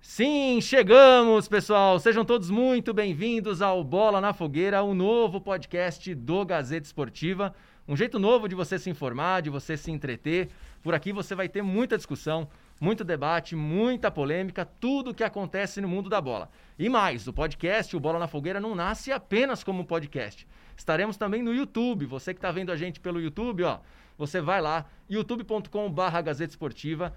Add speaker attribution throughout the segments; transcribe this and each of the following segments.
Speaker 1: fim, chegamos, pessoal. Sejam todos muito bem-vindos ao Bola na Fogueira, o um novo podcast do Gazeta Esportiva. Um jeito novo de você se informar, de você se entreter. Por aqui você vai ter muita discussão, muito debate, muita polêmica, tudo o que acontece no mundo da bola. E mais, o podcast, o Bola na Fogueira, não nasce apenas como um podcast. Estaremos também no YouTube. Você que está vendo a gente pelo YouTube, ó, você vai lá, youtube.com/barra Gazeta Esportiva.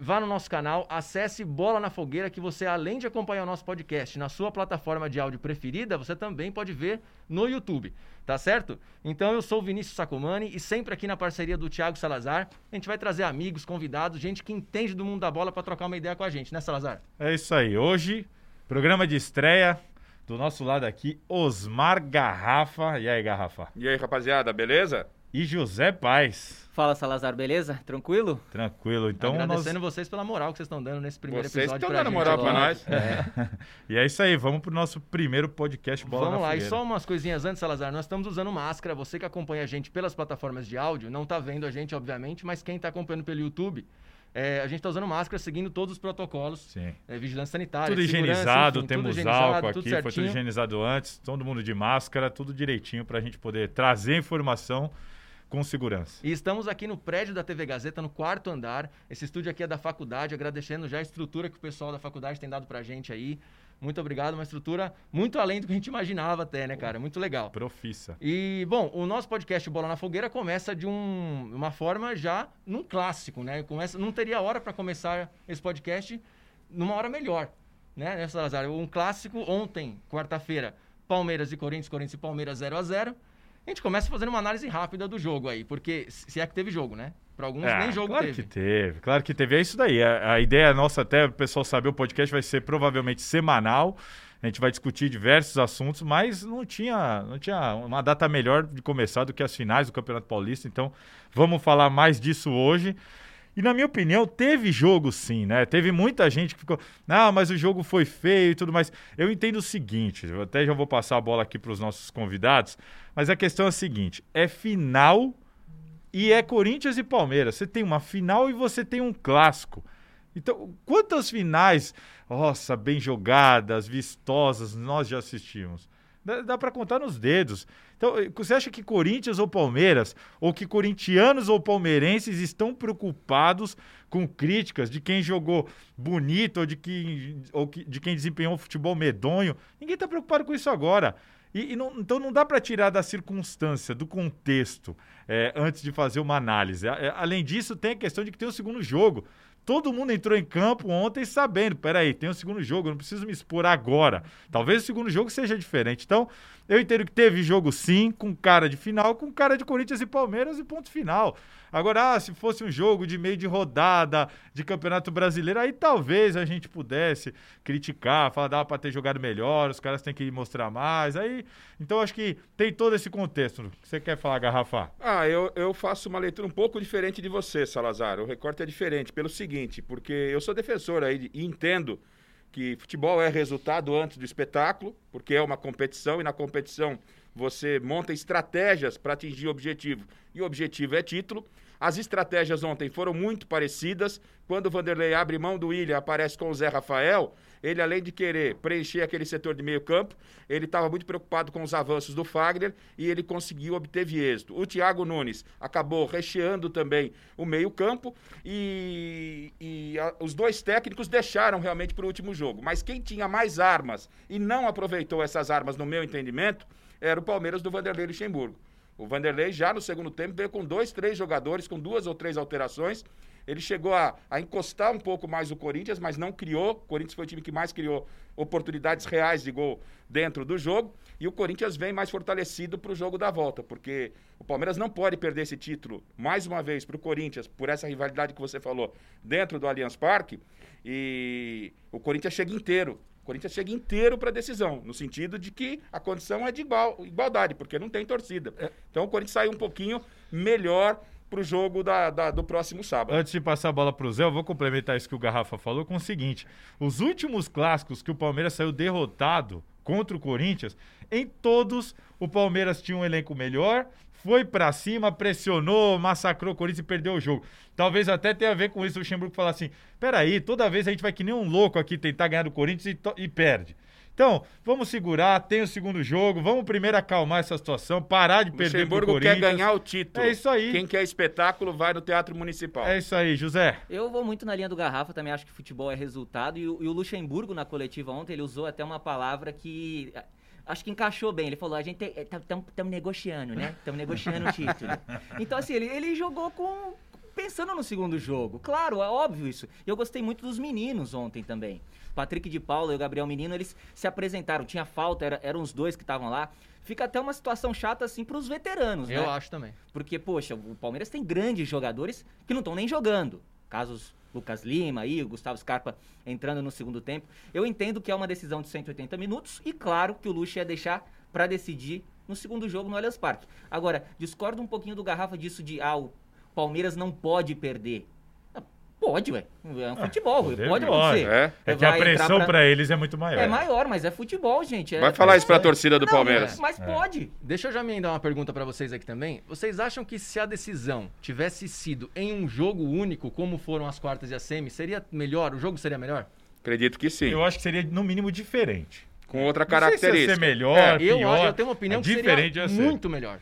Speaker 1: Vá no nosso canal, acesse Bola na Fogueira, que você, além de acompanhar o nosso podcast na sua plataforma de áudio preferida, você também pode ver no YouTube, tá certo? Então eu sou o Vinícius Sacomani e sempre aqui na parceria do Thiago Salazar, a gente vai trazer amigos, convidados, gente que entende do mundo da bola para trocar uma ideia com a gente, né, Salazar?
Speaker 2: É isso aí. Hoje, programa de estreia, do nosso lado aqui, Osmar Garrafa. E aí, Garrafa?
Speaker 3: E aí, rapaziada, beleza?
Speaker 2: E José Paz.
Speaker 4: Fala, Salazar, beleza? Tranquilo?
Speaker 2: Tranquilo. Então,
Speaker 1: Agradecendo nós... vocês pela moral que vocês estão dando nesse primeiro
Speaker 3: Vocês
Speaker 1: episódio.
Speaker 3: estão
Speaker 1: pra
Speaker 3: dando
Speaker 1: gente,
Speaker 3: moral pra
Speaker 1: lógico.
Speaker 3: nós.
Speaker 2: É. e é isso aí, vamos pro nosso primeiro podcast Bola
Speaker 1: Vamos
Speaker 2: na
Speaker 1: lá,
Speaker 2: Fogueira.
Speaker 1: e só umas coisinhas antes, Salazar. Nós estamos usando máscara. Você que acompanha a gente pelas plataformas de áudio, não está vendo a gente, obviamente, mas quem está acompanhando pelo YouTube, é, a gente está usando máscara, seguindo todos os protocolos,
Speaker 2: Sim.
Speaker 1: é, vigilância sanitária,
Speaker 2: Tudo
Speaker 1: segurança,
Speaker 2: higienizado,
Speaker 1: enfim,
Speaker 2: temos
Speaker 1: tudo higienizado,
Speaker 2: álcool
Speaker 1: tudo
Speaker 2: aqui, foi tudo
Speaker 1: certinho.
Speaker 2: higienizado antes, todo mundo de máscara, tudo direitinho pra gente poder trazer informação com segurança.
Speaker 1: E estamos aqui no prédio da TV Gazeta, no quarto andar. Esse estúdio aqui é da faculdade, agradecendo já a estrutura que o pessoal da faculdade tem dado pra gente aí. Muito obrigado, uma estrutura muito além do que a gente imaginava até, né, cara? Muito legal.
Speaker 2: Profissa.
Speaker 1: E, bom, o nosso podcast Bola na Fogueira começa de um- uma forma já num clássico, né? Começa, não teria hora para começar esse podcast numa hora melhor, né, né, Salazar? Um clássico ontem, quarta-feira, Palmeiras e Corinthians, Corinthians e Palmeiras 0 a 0 A gente começa fazendo uma análise rápida do jogo aí, porque se se é que teve jogo, né? Para alguns
Speaker 2: Ah,
Speaker 1: nem jogo
Speaker 2: claro
Speaker 1: teve.
Speaker 2: que teve, claro que teve. É isso daí. A, a ideia nossa, até o pessoal saber, o podcast vai ser provavelmente semanal. A gente vai discutir diversos assuntos, mas não tinha, não tinha uma data melhor de começar do que as finais do Campeonato Paulista. Então, vamos falar mais disso hoje. E na minha opinião, teve jogo sim, né? Teve muita gente que ficou, não, mas o jogo foi feio e tudo mais. Eu entendo o seguinte, eu até já vou passar a bola aqui para os nossos convidados, mas a questão é a seguinte: é final e é Corinthians e Palmeiras. Você tem uma final e você tem um clássico. Então, quantas finais, nossa, bem jogadas, vistosas, nós já assistimos? Dá, dá para contar nos dedos. Então, eh, você acha que Corinthians ou Palmeiras, ou que corintianos ou palmeirenses estão preocupados com críticas de quem jogou bonito ou de quem, ou que- de quem desempenhou um futebol medonho? Ninguém está preocupado com isso agora. E- e não- então não dá para tirar da circunstância, do contexto, é, antes de fazer uma análise. A- é, Além disso, tem a questão de que tem o segundo jogo. Todo mundo entrou em campo ontem sabendo, peraí, tem o segundo jogo, eu não preciso me expor agora. Talvez o segundo jogo seja diferente. Então, eu entendo que teve jogo sim, com cara de final, com cara de Corinthians e Palmeiras e ponto final. Agora, ah, se fosse um jogo de meio de rodada, de Campeonato Brasileiro, aí talvez a gente pudesse criticar, falar, dava pra ter jogado melhor, os caras têm que mostrar mais. Aí, então acho que tem todo esse contexto. Você quer falar, Garrafa?
Speaker 3: Ah, eu, eu faço uma leitura um pouco diferente de você, Salazar. O recorte é diferente, pelo seguinte, porque eu sou defensor aí de- e entendo que futebol é resultado antes do espetáculo, porque é uma competição e na competição você monta estratégias para atingir o objetivo, e o objetivo é título. As estratégias ontem foram muito parecidas. Quando o Vanderlei abre mão do William, aparece com o Zé Rafael, ele além de querer preencher aquele setor de meio-campo, ele estava muito preocupado com os avanços do Fagner e ele conseguiu obteve êxito. O Thiago Nunes acabou recheando também o meio-campo e, e a- os dois técnicos deixaram realmente para o último jogo. Mas quem tinha mais armas e não aproveitou essas armas, no meu entendimento, era o Palmeiras do Vanderlei Luxemburgo. O Vanderlei já no segundo tempo veio com dois, três jogadores, com duas ou três alterações. Ele chegou a, a encostar um pouco mais o Corinthians, mas não criou. O Corinthians foi o time que mais criou oportunidades reais de gol dentro do jogo. E o Corinthians vem mais fortalecido para o jogo da volta, porque o Palmeiras não pode perder esse título mais uma vez para o Corinthians, por essa rivalidade que você falou, dentro do Allianz Parque. E o Corinthians chega inteiro o Corinthians chega inteiro para a decisão, no sentido de que a condição é de igual- igualdade, porque não tem torcida. Então o Corinthians sai um pouquinho melhor para o jogo da- da- do próximo sábado.
Speaker 2: Antes de passar a bola pro Zé, eu vou complementar isso que o Garrafa falou com o seguinte: os últimos clássicos que o Palmeiras saiu derrotado, contra o Corinthians, em todos o Palmeiras tinha um elenco melhor, foi pra cima, pressionou, massacrou o Corinthians e perdeu o jogo. Talvez até tenha a ver com isso o Luxemburgo falar assim: peraí, toda vez a gente vai que nem um louco aqui tentar ganhar do Corinthians e to- e perde. Então, vamos segurar, tem o segundo jogo, vamos primeiro acalmar essa situação, parar de perder pro
Speaker 3: Luxemburgo quer
Speaker 2: Corinthians.
Speaker 3: ganhar o título.
Speaker 2: É isso aí.
Speaker 3: Quem quer espetáculo vai no Teatro Municipal.
Speaker 2: É isso aí, José.
Speaker 4: Eu vou muito na linha do Garrafa, também acho que futebol é resultado. E o, e o Luxemburgo, na coletiva ontem, ele usou até uma palavra que ah, acho que encaixou bem. Ele falou: a gente eh, estamos negociando, né? Estamos negociando o título. Então, assim, ele, ele jogou com. Pensando no segundo jogo, claro, é óbvio isso. E Eu gostei muito dos meninos ontem também. Patrick de Paula e o Gabriel Menino, eles se apresentaram. Tinha falta, era- eram os dois que estavam lá. Fica até uma situação chata, assim, pros veteranos, né?
Speaker 1: Eu acho também.
Speaker 4: Porque, poxa, o Palmeiras tem grandes jogadores que não estão nem jogando. Casos Lucas Lima aí, o Gustavo Scarpa entrando no segundo tempo. Eu entendo que é uma decisão de 180 minutos e claro que o Luxo ia deixar para decidir no segundo jogo no Allianz Parque. Agora, discordo um pouquinho do Garrafa disso de ah, o Palmeiras não pode perder. Ah, Pode, ué. É um futebol,
Speaker 2: poder
Speaker 4: pode
Speaker 2: pode,
Speaker 4: acontecer.
Speaker 3: é.
Speaker 2: É que
Speaker 4: Vai
Speaker 2: a
Speaker 4: entrar
Speaker 2: pressão
Speaker 4: pra-
Speaker 2: pra... eles é muito maior.
Speaker 4: É maior, mas é futebol, gente. É-
Speaker 3: Vai falar isso pra torcida do
Speaker 4: Não,
Speaker 3: Palmeiras.
Speaker 4: Mas pode.
Speaker 1: Deixa eu já me dar uma pergunta pra vocês aqui também. Vocês acham que se a decisão tivesse sido em um jogo único, como foram as quartas e a semi, seria melhor? O jogo seria melhor?
Speaker 3: Acredito que sim.
Speaker 2: Eu acho que seria, no mínimo, diferente.
Speaker 3: Com outra
Speaker 2: Não sei se ia
Speaker 3: característica.
Speaker 2: ser melhor,
Speaker 3: É,
Speaker 1: eu,
Speaker 2: pior.
Speaker 1: eu tenho uma opinião
Speaker 2: é
Speaker 1: que
Speaker 2: diferente
Speaker 1: seria
Speaker 2: ia ser.
Speaker 1: muito melhor.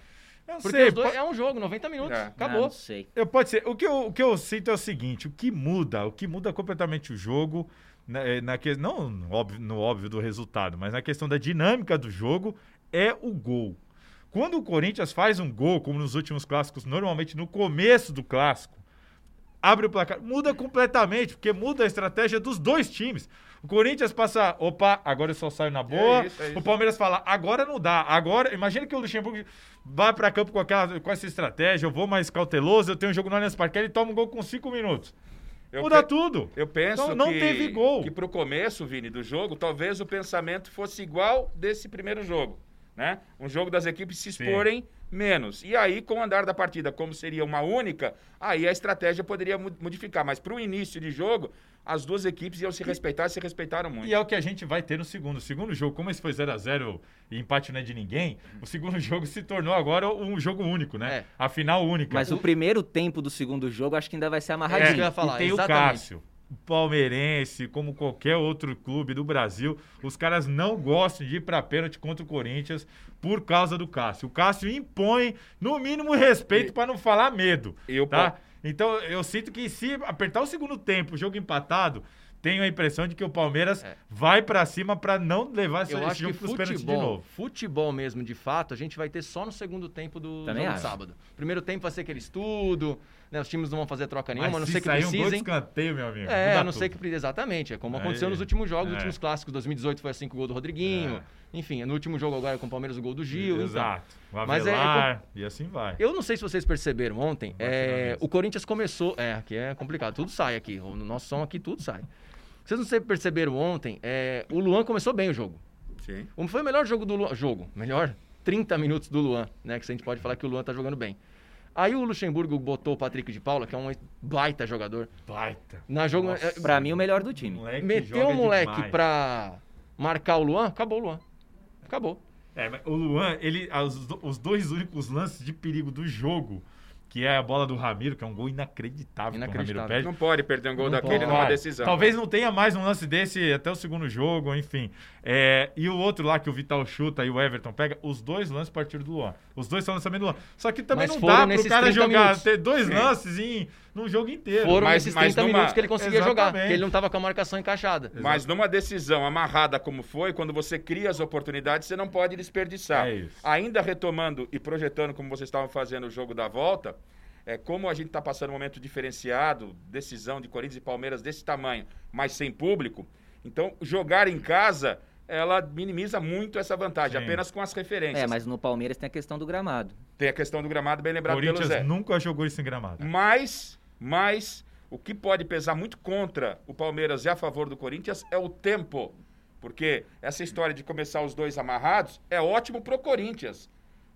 Speaker 2: Eu
Speaker 1: Porque
Speaker 2: sei,
Speaker 1: os dois,
Speaker 2: po-
Speaker 1: é um jogo, 90 minutos,
Speaker 3: É.
Speaker 1: acabou.
Speaker 4: Ah, não sei.
Speaker 2: eu- pode ser. O que eu, o que eu sinto é o seguinte: o que muda, o que muda completamente o jogo, na, na que- não no óbvio, no óbvio do resultado, mas na questão da dinâmica do jogo, é o gol. Quando o Corinthians faz um gol, como nos últimos clássicos, normalmente no começo do clássico, abre o placar. Muda completamente, porque muda a estratégia dos dois times. O Corinthians passa, opa, agora eu só saio na boa.
Speaker 3: É isso, é isso.
Speaker 2: O Palmeiras fala, agora não dá. Agora, imagina que o Luxemburgo vai pra campo com, aquela, com essa estratégia, eu vou mais cauteloso, eu tenho um jogo no Allianz Parque, aí ele toma um gol com cinco minutos.
Speaker 3: Eu
Speaker 2: muda
Speaker 3: pe-
Speaker 2: tudo.
Speaker 3: Eu penso
Speaker 2: Então, não
Speaker 3: que,
Speaker 2: teve gol.
Speaker 3: que pro começo, Vini, do jogo, talvez o pensamento fosse igual desse primeiro jogo, né? Um jogo das equipes se
Speaker 2: Sim.
Speaker 3: exporem menos. E aí, com o andar da partida, como seria uma única, aí a estratégia poderia mu- modificar. Mas pro início de jogo, as duas equipes iam se respeitar e se respeitaram muito.
Speaker 2: E é o que a gente vai ter no segundo. O segundo jogo, como esse foi 0x0 e empate não é de ninguém, o segundo jogo se tornou agora um jogo único, né?
Speaker 1: É.
Speaker 2: A final única.
Speaker 4: Mas o primeiro tempo do segundo jogo acho que ainda vai ser
Speaker 1: É isso que
Speaker 4: amarradinho.
Speaker 1: eu ia falar,
Speaker 2: e tem o
Speaker 1: exatamente.
Speaker 2: Cássio. O Palmeirense, como qualquer outro clube do Brasil, os caras não gostam de ir pra pênalti contra o Corinthians por causa do Cássio. O Cássio impõe, no mínimo, respeito pra não falar medo.
Speaker 3: E o
Speaker 2: tá?
Speaker 3: Pal-
Speaker 2: Então, eu sinto que se apertar o segundo tempo, o jogo empatado, tenho a impressão de que o Palmeiras
Speaker 1: É.
Speaker 2: vai pra cima pra não levar esse,
Speaker 1: Eu
Speaker 2: esse
Speaker 1: acho que
Speaker 2: jogo pros pênaltis de
Speaker 1: futebol,
Speaker 2: novo.
Speaker 1: futebol mesmo, de fato, a gente vai ter só no segundo tempo do
Speaker 4: Também
Speaker 1: jogo de
Speaker 4: acho.
Speaker 1: sábado. Primeiro tempo vai ser aquele estudo, né, os times não vão fazer troca nenhuma, a não
Speaker 2: se
Speaker 1: ser que
Speaker 2: sair um gol de
Speaker 1: precisem.
Speaker 2: escanteio, meu amigo.
Speaker 1: É,
Speaker 2: muda
Speaker 1: a não ser
Speaker 2: tudo.
Speaker 1: que pre- exatamente, é como
Speaker 2: Aí.
Speaker 1: aconteceu nos últimos jogos,
Speaker 2: É.
Speaker 1: nos últimos clássicos, 2018 foi assim com o gol do Rodriguinho,
Speaker 2: É.
Speaker 1: enfim, no último jogo agora com o Palmeiras o gol do Gil, então.
Speaker 2: Exato. O
Speaker 1: Mas é- é
Speaker 2: Avelar, e assim vai.
Speaker 1: Eu não sei se vocês perceberam ontem,
Speaker 2: Vai
Speaker 1: é,
Speaker 2: finalizar.
Speaker 1: o Corinthians começou. É, aqui é complicado, tudo sai aqui. o- No nosso som aqui, tudo sai. Vocês não sei se perceberam ontem, é, o Luan começou bem o jogo.
Speaker 3: Sim.
Speaker 1: Um- Foi o melhor jogo do Luan. Jogo, melhor 30 minutos do Luan, né? Que a gente pode falar que o Luan tá jogando bem. Aí o Luxemburgo botou o Patrick de Paula, que é um baita jogador.
Speaker 2: Baita.
Speaker 1: Na jogo,
Speaker 2: Nossa,
Speaker 1: é,
Speaker 4: Pra mim, o melhor do time.
Speaker 2: Moleque
Speaker 1: meteu
Speaker 2: É joga
Speaker 1: o moleque
Speaker 2: demais.
Speaker 1: pra marcar o Luan, acabou o Luan. Acabou.
Speaker 2: É, mas o Luan, ele, as- os, dois únicos lances de perigo do jogo, que é a bola do Ramiro, que é um gol inacreditável, que o
Speaker 1: Inacreditável.
Speaker 2: Ramiro perde.
Speaker 3: Não pode perder um gol
Speaker 1: Não
Speaker 3: daquele
Speaker 1: pode.
Speaker 3: numa
Speaker 2: Vai.
Speaker 3: decisão.
Speaker 2: Talvez não tenha mais um lance desse até o segundo jogo, enfim. É, e o outro lá que o Vital chuta e o Everton pega, os dois lances partiram do Luan. Os dois são lançamento do Luan. Só que também
Speaker 1: Mas
Speaker 2: não
Speaker 1: foram
Speaker 2: dá pro
Speaker 1: nesses
Speaker 2: cara
Speaker 1: 30
Speaker 2: jogar,
Speaker 1: minutos.
Speaker 2: ter dois
Speaker 3: Sim.
Speaker 2: lances em, num jogo inteiro.
Speaker 1: Foram
Speaker 3: Mas-
Speaker 1: esses 30
Speaker 3: mas numa- tá
Speaker 1: minutos que ele conseguia jogar,
Speaker 2: Exatamente.
Speaker 1: que ele não tava com a marcação encaixada.
Speaker 3: Mas numa decisão amarrada como foi, quando você cria as oportunidades, você não pode
Speaker 1: Tá.
Speaker 3: desperdiçar.
Speaker 2: É isso.
Speaker 3: Ainda retomando e projetando como vocês estavam fazendo o jogo da volta, é como a gente está passando um momento diferenciado, decisão de Corinthians e Palmeiras desse tamanho, mas sem público. Então, jogar em casa, ela minimiza muito essa vantagem,
Speaker 2: Sim.
Speaker 3: apenas com as referências.
Speaker 4: É, mas no Palmeiras tem a questão do gramado.
Speaker 3: Tem a questão do gramado, bem
Speaker 2: O
Speaker 3: lembrado pelo Zé.
Speaker 2: Corinthians nunca jogou isso em gramado.
Speaker 3: Mas, mas o que pode pesar muito contra o Palmeiras e a favor do Corinthians é o tempo. Porque essa história de começar os dois amarrados é ótimo pro Corinthians.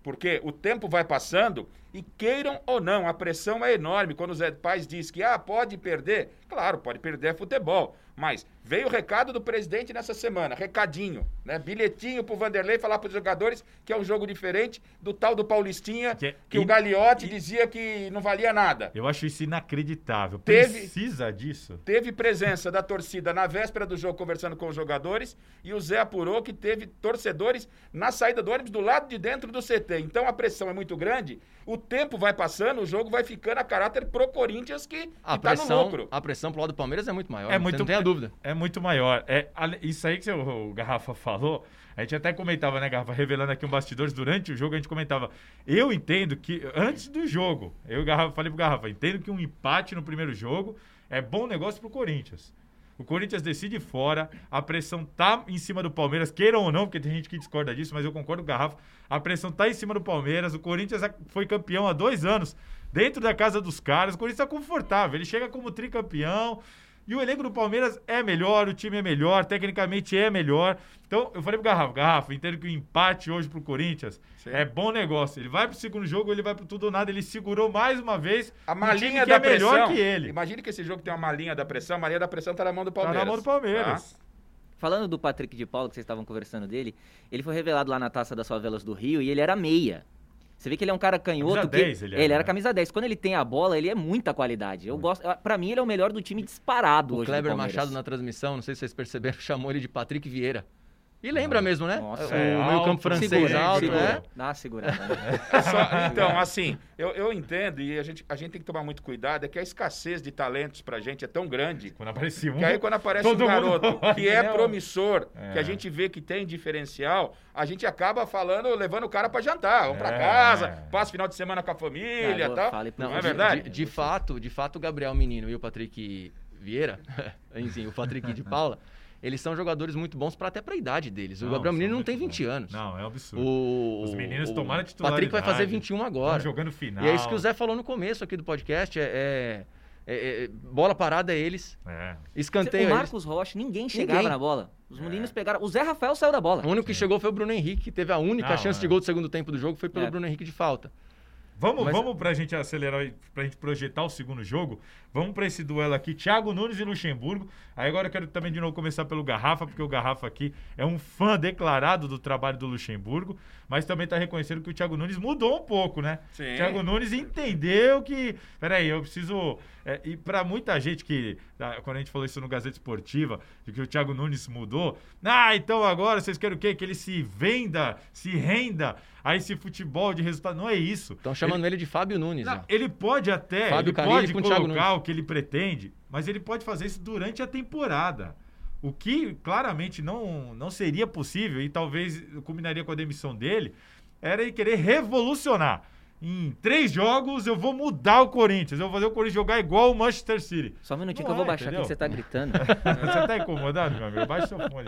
Speaker 3: Porque o tempo vai passando e E queiram ou não, a pressão é enorme quando o Zé Paz diz que ah, pode perder. Claro, pode perder é futebol. Mas veio o recado do presidente nessa semana, recadinho, né? Bilhetinho pro Vanderlei falar pros jogadores que é um jogo diferente do tal do Paulistinha,
Speaker 2: Que é
Speaker 3: que,
Speaker 2: in-
Speaker 3: o Gagliotti dizia que não valia nada.
Speaker 2: Eu acho isso inacreditável.
Speaker 3: Teve-
Speaker 2: Precisa disso?
Speaker 3: Teve presença da torcida na véspera do jogo conversando com os jogadores e o Zé apurou que teve torcedores na saída do ônibus do lado de dentro do CT. Então a pressão é muito grande, o tempo vai passando, o jogo vai ficando a caráter pro Corinthians que,
Speaker 1: A
Speaker 3: que tá no
Speaker 1: pressão,
Speaker 3: lucro.
Speaker 1: a pressão pro lado do Palmeiras é muito maior.
Speaker 2: É
Speaker 1: É
Speaker 2: muito-
Speaker 1: muito... Não tenha dúvida.
Speaker 2: É muito maior. É, ale- isso aí que o, o Garrafa falou, a gente até comentava, né, Garrafa? Revelando aqui um bastidores durante o jogo, a gente comentava. Eu entendo que, antes do jogo, eu e o Garrafa falei pro Garrafa, entendo que um empate no primeiro jogo é bom negócio pro Corinthians. O Corinthians decide fora, a pressão tá em cima do Palmeiras, queiram ou não, porque tem gente que discorda disso, mas eu concordo com o Garrafa. A pressão tá em cima do Palmeiras, o Corinthians a- foi campeão há dois anos dentro da casa dos caras, o Corinthians tá confortável, ele chega como tricampeão. E o elenco do Palmeiras é melhor, o time é melhor, tecnicamente é melhor. Então, eu falei pro Garrafa, Garrafa, entendo que o empate hoje pro Corinthians
Speaker 3: Sim.
Speaker 2: é bom negócio. Ele vai pro segundo jogo, ele vai pro tudo ou nada, ele segurou mais uma vez
Speaker 3: A
Speaker 2: um
Speaker 3: malinha
Speaker 2: time que
Speaker 3: da
Speaker 2: é melhor
Speaker 3: pressão.
Speaker 2: que ele.
Speaker 3: Imagine que esse jogo tem uma malinha da pressão, a malinha da pressão tá na mão do
Speaker 2: Tá
Speaker 3: Palmeiras.
Speaker 2: na mão do Palmeiras. Ah.
Speaker 3: Tá?
Speaker 4: Falando do Patrick de Paulo, que vocês estavam conversando dele, ele foi revelado lá na Taça das Favelas do Rio e ele era meia. Você vê que ele é um cara canhoto.
Speaker 2: Camisa
Speaker 4: que-
Speaker 2: 10 ele era, né? Hum.
Speaker 4: camisa 10. Quando ele tem a bola, ele é muita qualidade. Eu gosto. Pra mim, ele é o melhor do time disparado
Speaker 1: O
Speaker 4: hoje. do
Speaker 1: Kleber
Speaker 4: Palmeiras.
Speaker 1: Machado na transmissão, não sei se vocês perceberam, chamou ele de Patrick Vieira. E lembra mesmo, né?
Speaker 4: Nossa,
Speaker 1: o
Speaker 2: é
Speaker 1: meio
Speaker 2: alto,
Speaker 1: campo francês
Speaker 4: Segura,
Speaker 1: alto,
Speaker 4: segura.
Speaker 1: né?
Speaker 4: Dá uma segurada. né?
Speaker 3: É só- então, assim, eu, eu entendo e a gente, a gente tem que tomar muito cuidado, é que a escassez de talentos pra gente é tão grande
Speaker 2: Quando aparecia um,
Speaker 3: Que aí quando aparece
Speaker 2: Todo
Speaker 3: um
Speaker 2: mundo
Speaker 3: garoto
Speaker 2: vai,
Speaker 3: que é
Speaker 2: né?
Speaker 3: promissor,
Speaker 2: É.
Speaker 3: que a gente vê que tem diferencial, a gente acaba falando, levando o cara pra jantar, vamos pra
Speaker 2: É.
Speaker 3: casa, passa o final de semana com a
Speaker 4: Cara,
Speaker 3: família
Speaker 4: eu
Speaker 3: e tal.
Speaker 4: falei pro
Speaker 1: Não,
Speaker 3: Não é
Speaker 1: de-
Speaker 3: verdade?
Speaker 1: De, de fato, de fato, o Gabriel Menino e o Patrick Vieira, enfim, o Patrick de Paula, eles são jogadores muito bons para até para a idade deles. O
Speaker 2: Não,
Speaker 1: Gabriel
Speaker 2: são
Speaker 1: Menino não
Speaker 2: muito
Speaker 1: tem
Speaker 2: bons.
Speaker 1: 20 anos.
Speaker 2: Não, é um absurdo.
Speaker 1: O,
Speaker 2: Os meninos
Speaker 1: o
Speaker 2: tomaram a
Speaker 1: Patrick vai fazer
Speaker 2: titularidade.
Speaker 1: 21
Speaker 2: Tão
Speaker 1: agora.
Speaker 2: jogando final.
Speaker 1: E é isso que o Zé falou no começo aqui do podcast. É, é- é- é- bola parada é eles,
Speaker 2: É.
Speaker 1: escanteio
Speaker 4: o
Speaker 1: é eles.
Speaker 4: Marcos Rocha, ninguém chegava
Speaker 1: Ninguém.
Speaker 4: na bola. Os meninos pegaram. O Zé Rafael saiu da
Speaker 2: Hum.
Speaker 4: bola.
Speaker 1: O único que chegou foi o Bruno Henrique, que teve a única
Speaker 2: É. Não,
Speaker 1: chance
Speaker 2: é.
Speaker 1: de gol do segundo tempo do jogo, foi pelo
Speaker 4: É.
Speaker 1: Bruno Henrique de falta.
Speaker 2: Vamos,
Speaker 1: Mas-
Speaker 2: vamos pra gente acelerar, e pra gente projetar o segundo jogo. Vamos pra esse duelo aqui, Thiago Nunes e Luxemburgo. Aí agora eu quero também de novo começar pelo Garrafa, porque o Garrafa aqui é um fã declarado do trabalho do Luxemburgo, mas também tá reconhecendo que o Thiago Nunes mudou um pouco, né?
Speaker 3: Sim.
Speaker 2: Thiago Nunes entendeu que, peraí, eu preciso, é, e pra muita gente que, ah, quando a gente falou isso no Gazeta Esportiva, de que o Thiago Nunes mudou, ah, então agora vocês querem o quê? Que ele se venda, se renda a esse futebol de resultado. Não é isso.
Speaker 1: Estão Então, chamando ele... de Fábio Nunes.
Speaker 2: Não,
Speaker 1: ó.
Speaker 2: ele pode até,
Speaker 1: Fábio
Speaker 2: ele
Speaker 1: Carille
Speaker 2: pode
Speaker 1: com o Thiago
Speaker 2: colocar o que ele pretende, mas ele pode fazer isso durante a temporada. O que claramente não, não seria possível e talvez combinaria com a demissão dele, era ele querer revolucionar. Em três jogos eu vou mudar o Corinthians, eu vou fazer o Corinthians jogar igual o Manchester City.
Speaker 4: Só um
Speaker 2: Não
Speaker 4: minutinho que eu vou
Speaker 2: é,
Speaker 4: baixar aqui
Speaker 2: entendeu?
Speaker 4: que você tá gritando.
Speaker 2: Você tá incomodado, meu amigo? Baixa seu fone.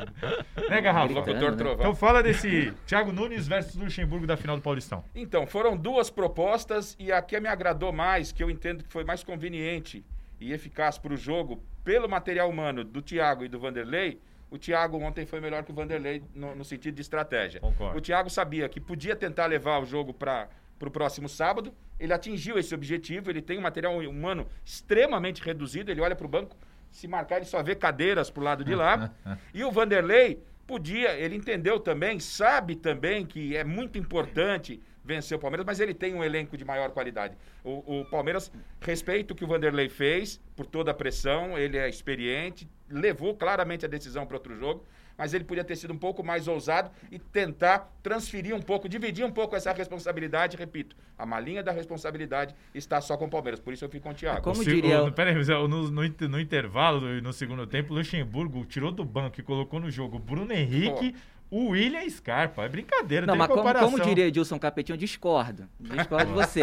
Speaker 2: Né, Garrafa?
Speaker 4: Gritando.
Speaker 3: Locutor
Speaker 4: né?
Speaker 3: Trovão.
Speaker 2: Então fala desse Thiago Nunes versus Luxemburgo da final do Paulistão.
Speaker 3: Então, foram duas propostas e a que me agradou mais, que eu entendo que foi mais conveniente e eficaz para o jogo, pelo material humano do Thiago e do Vanderlei, o Thiago ontem foi melhor que o Vanderlei no, no sentido de estratégia.
Speaker 2: Concordo.
Speaker 3: O Thiago sabia que podia tentar levar o jogo para o próximo sábado, ele atingiu esse objetivo, ele tem um material humano extremamente reduzido, ele olha para o banco, se marcar ele só vê cadeiras para o
Speaker 2: Ah,
Speaker 3: lado de
Speaker 2: né?
Speaker 3: lá. e o Vanderlei podia, ele entendeu também, sabe também que é muito importante vencer o Palmeiras, mas ele tem um elenco de maior qualidade. O, o Palmeiras respeita o que o Vanderlei fez, por toda a pressão, ele é experiente, levou claramente a decisão para outro jogo, mas ele podia ter sido um pouco mais ousado e tentar transferir um pouco, dividir um pouco essa responsabilidade, repito, a malinha da responsabilidade está só com o Palmeiras, por isso eu fico com o Thiago.
Speaker 4: É Como tá
Speaker 2: O se-
Speaker 4: diria
Speaker 2: o-
Speaker 4: o-
Speaker 2: peraí, Zé, no, no inter- no intervalo, do- no segundo tempo, o Luxemburgo tirou do banco e colocou no jogo o Bruno Henrique, o William e Scarpa. É brincadeira,
Speaker 4: Não,
Speaker 2: tem
Speaker 4: mas como,
Speaker 2: comparação.
Speaker 4: como diria Edilson Capetinho, eu discordo. Discordo de você.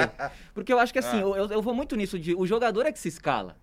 Speaker 4: Porque eu acho que
Speaker 3: É.
Speaker 4: assim, eu, eu vou muito nisso de. O jogador é que se escala.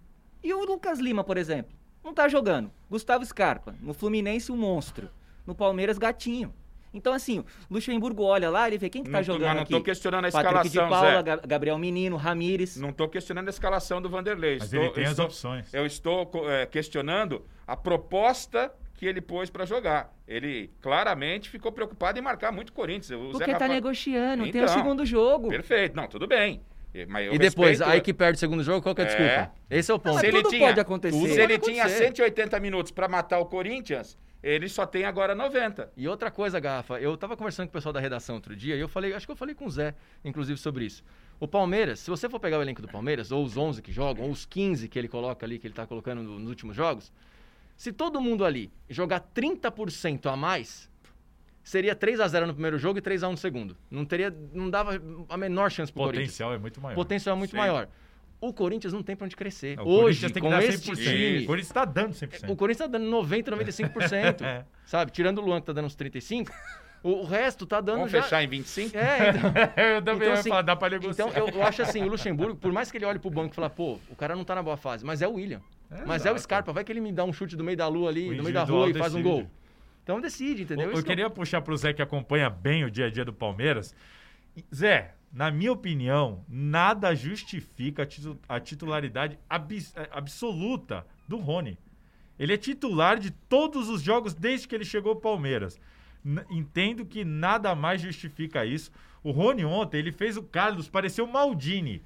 Speaker 4: E o Lucas Lima, por exemplo, não tá jogando. Gustavo Scarpa. No Fluminense, um monstro. No Palmeiras, gatinho. Então, assim, Luxemburgo olha lá, ele vê quem que tá
Speaker 3: Não tô-
Speaker 4: jogando
Speaker 3: mas não
Speaker 4: aqui.
Speaker 3: tô questionando a
Speaker 4: Patrick de
Speaker 3: escalação,
Speaker 4: Paula,
Speaker 3: Zé.
Speaker 4: Ga- Gabriel Menino, Ramires.
Speaker 3: Não estou questionando a escalação do Vanderlei.
Speaker 2: Mas
Speaker 3: estou-
Speaker 2: ele tem as
Speaker 3: estou-
Speaker 2: opções.
Speaker 3: Eu estou co- eh, questionando a proposta que ele pôs para jogar. Ele claramente ficou preocupado em marcar muito o Corinthians. O Zé
Speaker 4: Porque tá
Speaker 3: Rafael-
Speaker 4: negociando, tem o
Speaker 3: Então,
Speaker 4: segundo jogo.
Speaker 3: Perfeito, não, tudo bem. Mas eu
Speaker 1: E depois,
Speaker 3: respeito-
Speaker 1: aí que perde o segundo jogo, qual que é a
Speaker 3: É.
Speaker 1: desculpa? Esse é o ponto.
Speaker 5: Mas
Speaker 3: Se ele
Speaker 5: tudo
Speaker 3: tinha-
Speaker 5: pode acontecer.
Speaker 3: Se
Speaker 1: Tudo
Speaker 3: ele
Speaker 1: pode
Speaker 3: tinha
Speaker 1: acontecer.
Speaker 3: 180 minutos pra matar o Corinthians, ele só tem agora 90.
Speaker 1: E outra coisa, Garrafa, eu tava conversando com o pessoal da redação outro dia e eu falei, acho que eu falei com o Zé, inclusive, sobre isso. O Palmeiras, se você for pegar o elenco do Palmeiras, ou os 11 que jogam, ou os 15 que ele coloca ali, que ele tá colocando no- nos últimos jogos, se todo mundo ali jogar 30% a mais, seria 3 a 0 no primeiro jogo e 3 a 1 no segundo. Não teria, não dava a menor chance pro Corinthians.
Speaker 2: potencial é muito maior.
Speaker 1: Potencial é muito
Speaker 3: Sim.
Speaker 1: maior. O Corinthians não tem pra onde crescer.
Speaker 2: Não, o
Speaker 1: Hoje,
Speaker 2: Corinthians tem que
Speaker 1: com
Speaker 2: dar
Speaker 1: este
Speaker 2: 100%.
Speaker 1: time,
Speaker 2: O Corinthians está dando 100%.
Speaker 1: o Corinthians tá dando 90, 95%.
Speaker 2: É.
Speaker 1: Sabe? Tirando o Luan, que tá dando uns 35%. O, o resto tá dando
Speaker 3: Vamos
Speaker 1: já...
Speaker 3: fechar em 25?
Speaker 1: É, então,
Speaker 2: eu também
Speaker 1: Então,
Speaker 2: ia
Speaker 1: assim,
Speaker 2: falar, dá pra negociar.
Speaker 1: então eu, eu acho assim, o Luxemburgo, por mais que ele olhe pro banco e fale, pô, o cara não tá na boa fase, mas é o William. mas é o
Speaker 2: Exato.
Speaker 1: Scarpa, vai que ele me dá um chute do meio da lua ali,
Speaker 2: O
Speaker 1: do meio da
Speaker 2: individual
Speaker 1: rua e faz um
Speaker 2: decide.
Speaker 1: gol. Então decide, entendeu?
Speaker 2: Eu,
Speaker 1: Isso
Speaker 2: eu
Speaker 1: que
Speaker 2: queria puxar pro Zé que acompanha bem o dia a dia do Palmeiras. E, Zé, na minha opinião, nada justifica a titu- a titularidade abs- eh, absoluta do Rony. Ele é titular de todos os jogos desde que ele chegou ao Palmeiras. N- entendo que nada mais justifica isso. O Rony ontem, ele fez o Carlos parecer o Maldini.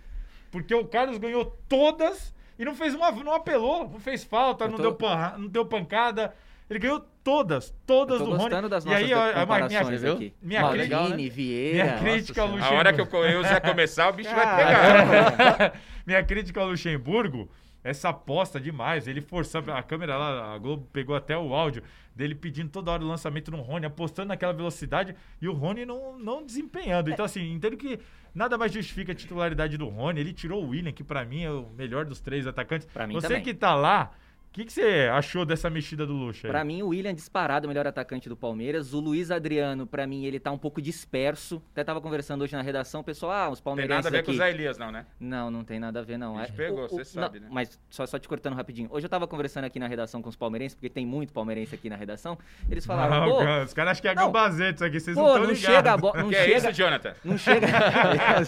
Speaker 2: Porque o Carlos ganhou todas e não fez uma. não apelou, não fez falta,
Speaker 5: Eu
Speaker 2: não,
Speaker 5: tô-
Speaker 2: deu pan- não deu pancada. Ele ganhou todas, todas
Speaker 5: Eu tô
Speaker 2: do Rony.
Speaker 5: gostando das
Speaker 2: e
Speaker 5: nossas
Speaker 2: aí, ó, é uma, minha,
Speaker 5: comparações aqui.
Speaker 2: minha
Speaker 5: Maldini,
Speaker 2: crítica,
Speaker 1: legal, né?
Speaker 5: Vieira.
Speaker 2: minha crítica ao
Speaker 3: A
Speaker 2: Luxemburgo.
Speaker 3: hora que eu, eu e o Zé começar, o bicho vai
Speaker 5: Ah,
Speaker 3: pegar.
Speaker 2: minha crítica ao Luxemburgo, essa aposta demais. Ele forçando a câmera lá, a Globo pegou até o áudio dele pedindo toda hora o lançamento no Rony, apostando naquela velocidade e o Rony não, não desempenhando. Então, assim, entendo que nada mais justifica a titularidade do Rony. Ele tirou o William, que pra mim é o melhor dos três atacantes.
Speaker 4: Pra mim
Speaker 2: você
Speaker 4: também.
Speaker 2: que tá lá, o que, que você achou dessa mexida do Luxa? aí?
Speaker 4: Pra mim, o William disparado, é o melhor atacante do Palmeiras. O Luiz Adriano, pra mim, ele tá um pouco disperso. Até tava conversando hoje na redação, o pessoal, ah, os
Speaker 3: Não tem
Speaker 4: palmeirenses
Speaker 3: nada a ver
Speaker 4: aqui.
Speaker 3: com o Zé Elias, não, né?
Speaker 4: Não, não tem nada a ver, não.
Speaker 3: A gente
Speaker 4: É,
Speaker 3: pegou,
Speaker 4: o-
Speaker 3: você
Speaker 4: o-
Speaker 3: sabe, né?
Speaker 4: Mas só, só te cortando rapidinho. Hoje eu tava conversando aqui na redação com os palmeirenses, porque tem muito palmeirense aqui na redação. Eles
Speaker 3: Ah,
Speaker 4: falaram,
Speaker 2: Não,
Speaker 4: pô,
Speaker 2: cara, os caras acham que é
Speaker 4: não.
Speaker 2: gambazete isso aqui, vocês
Speaker 4: pô,
Speaker 2: não estão
Speaker 4: não,
Speaker 2: ligados.
Speaker 4: chega a bola. Não
Speaker 3: Que
Speaker 4: chega,
Speaker 3: é isso, Jonathan?
Speaker 4: Não chega,